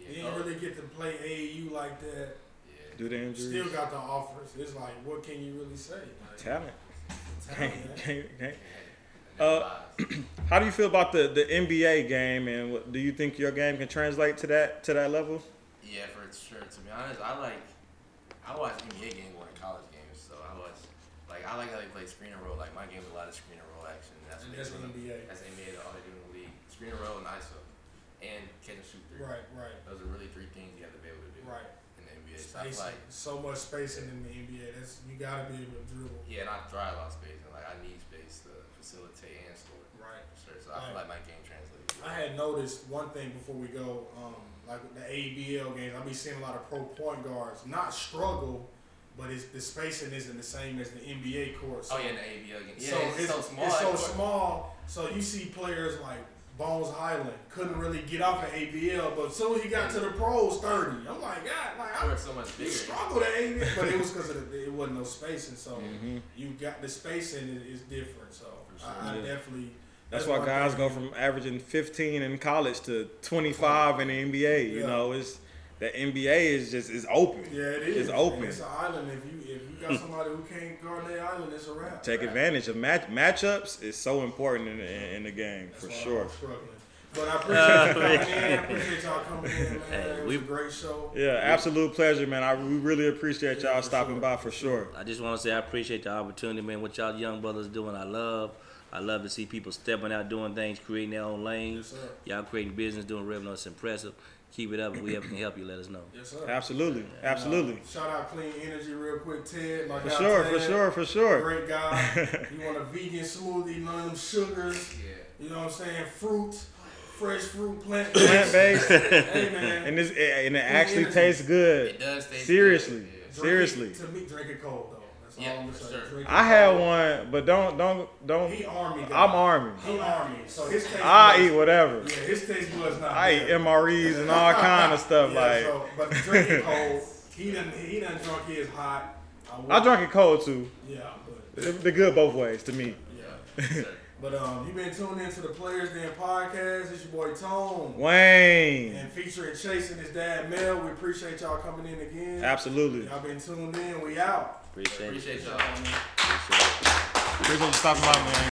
Speaker 3: Yeah,
Speaker 2: Didn't really get to play AAU like that.
Speaker 3: yeah.
Speaker 1: Do the
Speaker 2: Still
Speaker 1: injuries.
Speaker 2: got the offers. It's like, what can you really say? Like,
Speaker 1: Talent.
Speaker 2: talent, man.
Speaker 1: Can't- can't-
Speaker 3: And
Speaker 1: Uh,
Speaker 3: then
Speaker 1: How do you feel about the, the NBA game, and what, do you think your game can translate to that to that level?
Speaker 3: Yeah, for sure. To be honest, I like I watch NBA games more than college games. So I watch like I like how they play screen and roll. Like my game's a lot of screen and roll action. That's
Speaker 2: And
Speaker 3: what
Speaker 2: that's
Speaker 3: they do. in the-
Speaker 2: NBA.
Speaker 3: That's NBA. All they do in the league: screen and roll and ISO, and catch and shoot three.
Speaker 2: Right, right,
Speaker 3: Those are really three things you have to be able to do
Speaker 2: right.
Speaker 3: in the NBA. So
Speaker 2: Spacing.
Speaker 3: I feel like
Speaker 2: so much spacing in the NBA. That's you gotta be able to dribble.
Speaker 3: yeah, and I thrive on space. And like I need space to facilitate and score.
Speaker 2: Right.
Speaker 3: For sure. So I feel
Speaker 2: Right.
Speaker 3: like my game translates.
Speaker 2: I had noticed one thing before we go, um, like with the ABL games. I be seeing a lot of pro point guards not struggle, but it's the spacing isn't the same as the NBA court. So,
Speaker 3: Oh yeah, in the ABL game. Yeah,
Speaker 2: so
Speaker 3: it's, so small.
Speaker 2: It's so
Speaker 3: like,
Speaker 2: small. So you see players like Bones Highland couldn't really get off of ABL, but soon he got to the pros, thirty. I'm like, God, like I
Speaker 3: They were so much
Speaker 2: he
Speaker 3: bigger.
Speaker 2: struggled at ABL, but it was because of the, it wasn't no spacing. So
Speaker 1: Mm-hmm.
Speaker 2: you got the spacing is, is different. So I, I definitely
Speaker 1: That's why
Speaker 2: one
Speaker 1: guys
Speaker 2: thing.
Speaker 1: go from averaging 15 in college to 25 in the NBA. You
Speaker 2: Yeah.
Speaker 1: know, it's the NBA is just is open.
Speaker 2: Yeah, it is.
Speaker 1: It's open. Hmm.
Speaker 2: It's an island. If you if you got somebody who can't guard that island, it's a wrap.
Speaker 1: Take advantage of match matchups is so important in, in, in the game
Speaker 2: That's
Speaker 1: for
Speaker 2: why I'm
Speaker 1: sure.
Speaker 2: struggling. But I appreciate y'all coming in. I appreciate y'all coming in, man.
Speaker 4: Hey,
Speaker 2: it was
Speaker 4: we-
Speaker 2: a great show.
Speaker 1: Yeah, absolute pleasure, man. I we really appreciate
Speaker 2: Yeah,
Speaker 1: y'all
Speaker 2: for
Speaker 1: stopping
Speaker 2: sure.
Speaker 1: by for sure.
Speaker 4: I just want to say I appreciate the opportunity, man. What y'all young brothers doing, I love. I love to see people stepping out, doing things, creating their own lanes.
Speaker 2: Yes, sir.
Speaker 4: y'all creating business, doing revenue. It's impressive. Keep it up. If we ever can help you, let us know.
Speaker 2: Yes, sir. Uh,
Speaker 1: Absolutely, absolutely,
Speaker 2: Shout out Clean Energy real quick, Ted. My
Speaker 1: for
Speaker 2: guy
Speaker 1: sure,
Speaker 2: Ted,
Speaker 1: for sure, for sure.
Speaker 2: Great guy. you want a vegan smoothie, none of them sugars.
Speaker 3: Yeah.
Speaker 2: You know what I'm saying? Fruit, fresh fruit, plant
Speaker 1: Plant based,
Speaker 2: Hey man.
Speaker 1: and this and it actually
Speaker 2: energy.
Speaker 1: tastes
Speaker 3: It
Speaker 1: good.
Speaker 3: does taste
Speaker 1: Seriously,
Speaker 3: Good. Yeah.
Speaker 2: Drink it-
Speaker 1: seriously.
Speaker 2: To me, drink it cold though. That's
Speaker 3: Yeah,
Speaker 2: all I'm
Speaker 3: for
Speaker 2: saying.
Speaker 3: sure.
Speaker 2: Drink it
Speaker 1: I had
Speaker 2: cold.
Speaker 1: one, but don't don't don't.
Speaker 2: He army. guy.
Speaker 1: I'm army.
Speaker 2: He army. So his taste.
Speaker 1: I
Speaker 2: buds-
Speaker 1: eat whatever.
Speaker 2: Yeah, his taste buds not.
Speaker 1: I eat
Speaker 2: good.
Speaker 1: MREs and all kind of stuff.
Speaker 2: Yeah,
Speaker 1: like
Speaker 2: So, but drink it cold. He done. He done drunk his hot. would-
Speaker 1: I drank it cold too.
Speaker 2: Yeah, but
Speaker 1: They're good both ways to me.
Speaker 2: yeah.
Speaker 3: Yes, sir.
Speaker 2: But um, you've been tuned into the Players Den podcast. It's your boy Tone.
Speaker 1: Wayne,
Speaker 2: And featuring Chase and his dad Mel. We appreciate y'all coming in again.
Speaker 1: absolutely.
Speaker 2: Y'all been tuned in. We out.
Speaker 4: Appreciate it.
Speaker 3: Appreciate y'all.
Speaker 4: Appreciate it.
Speaker 1: Appreciate you stopping by, man.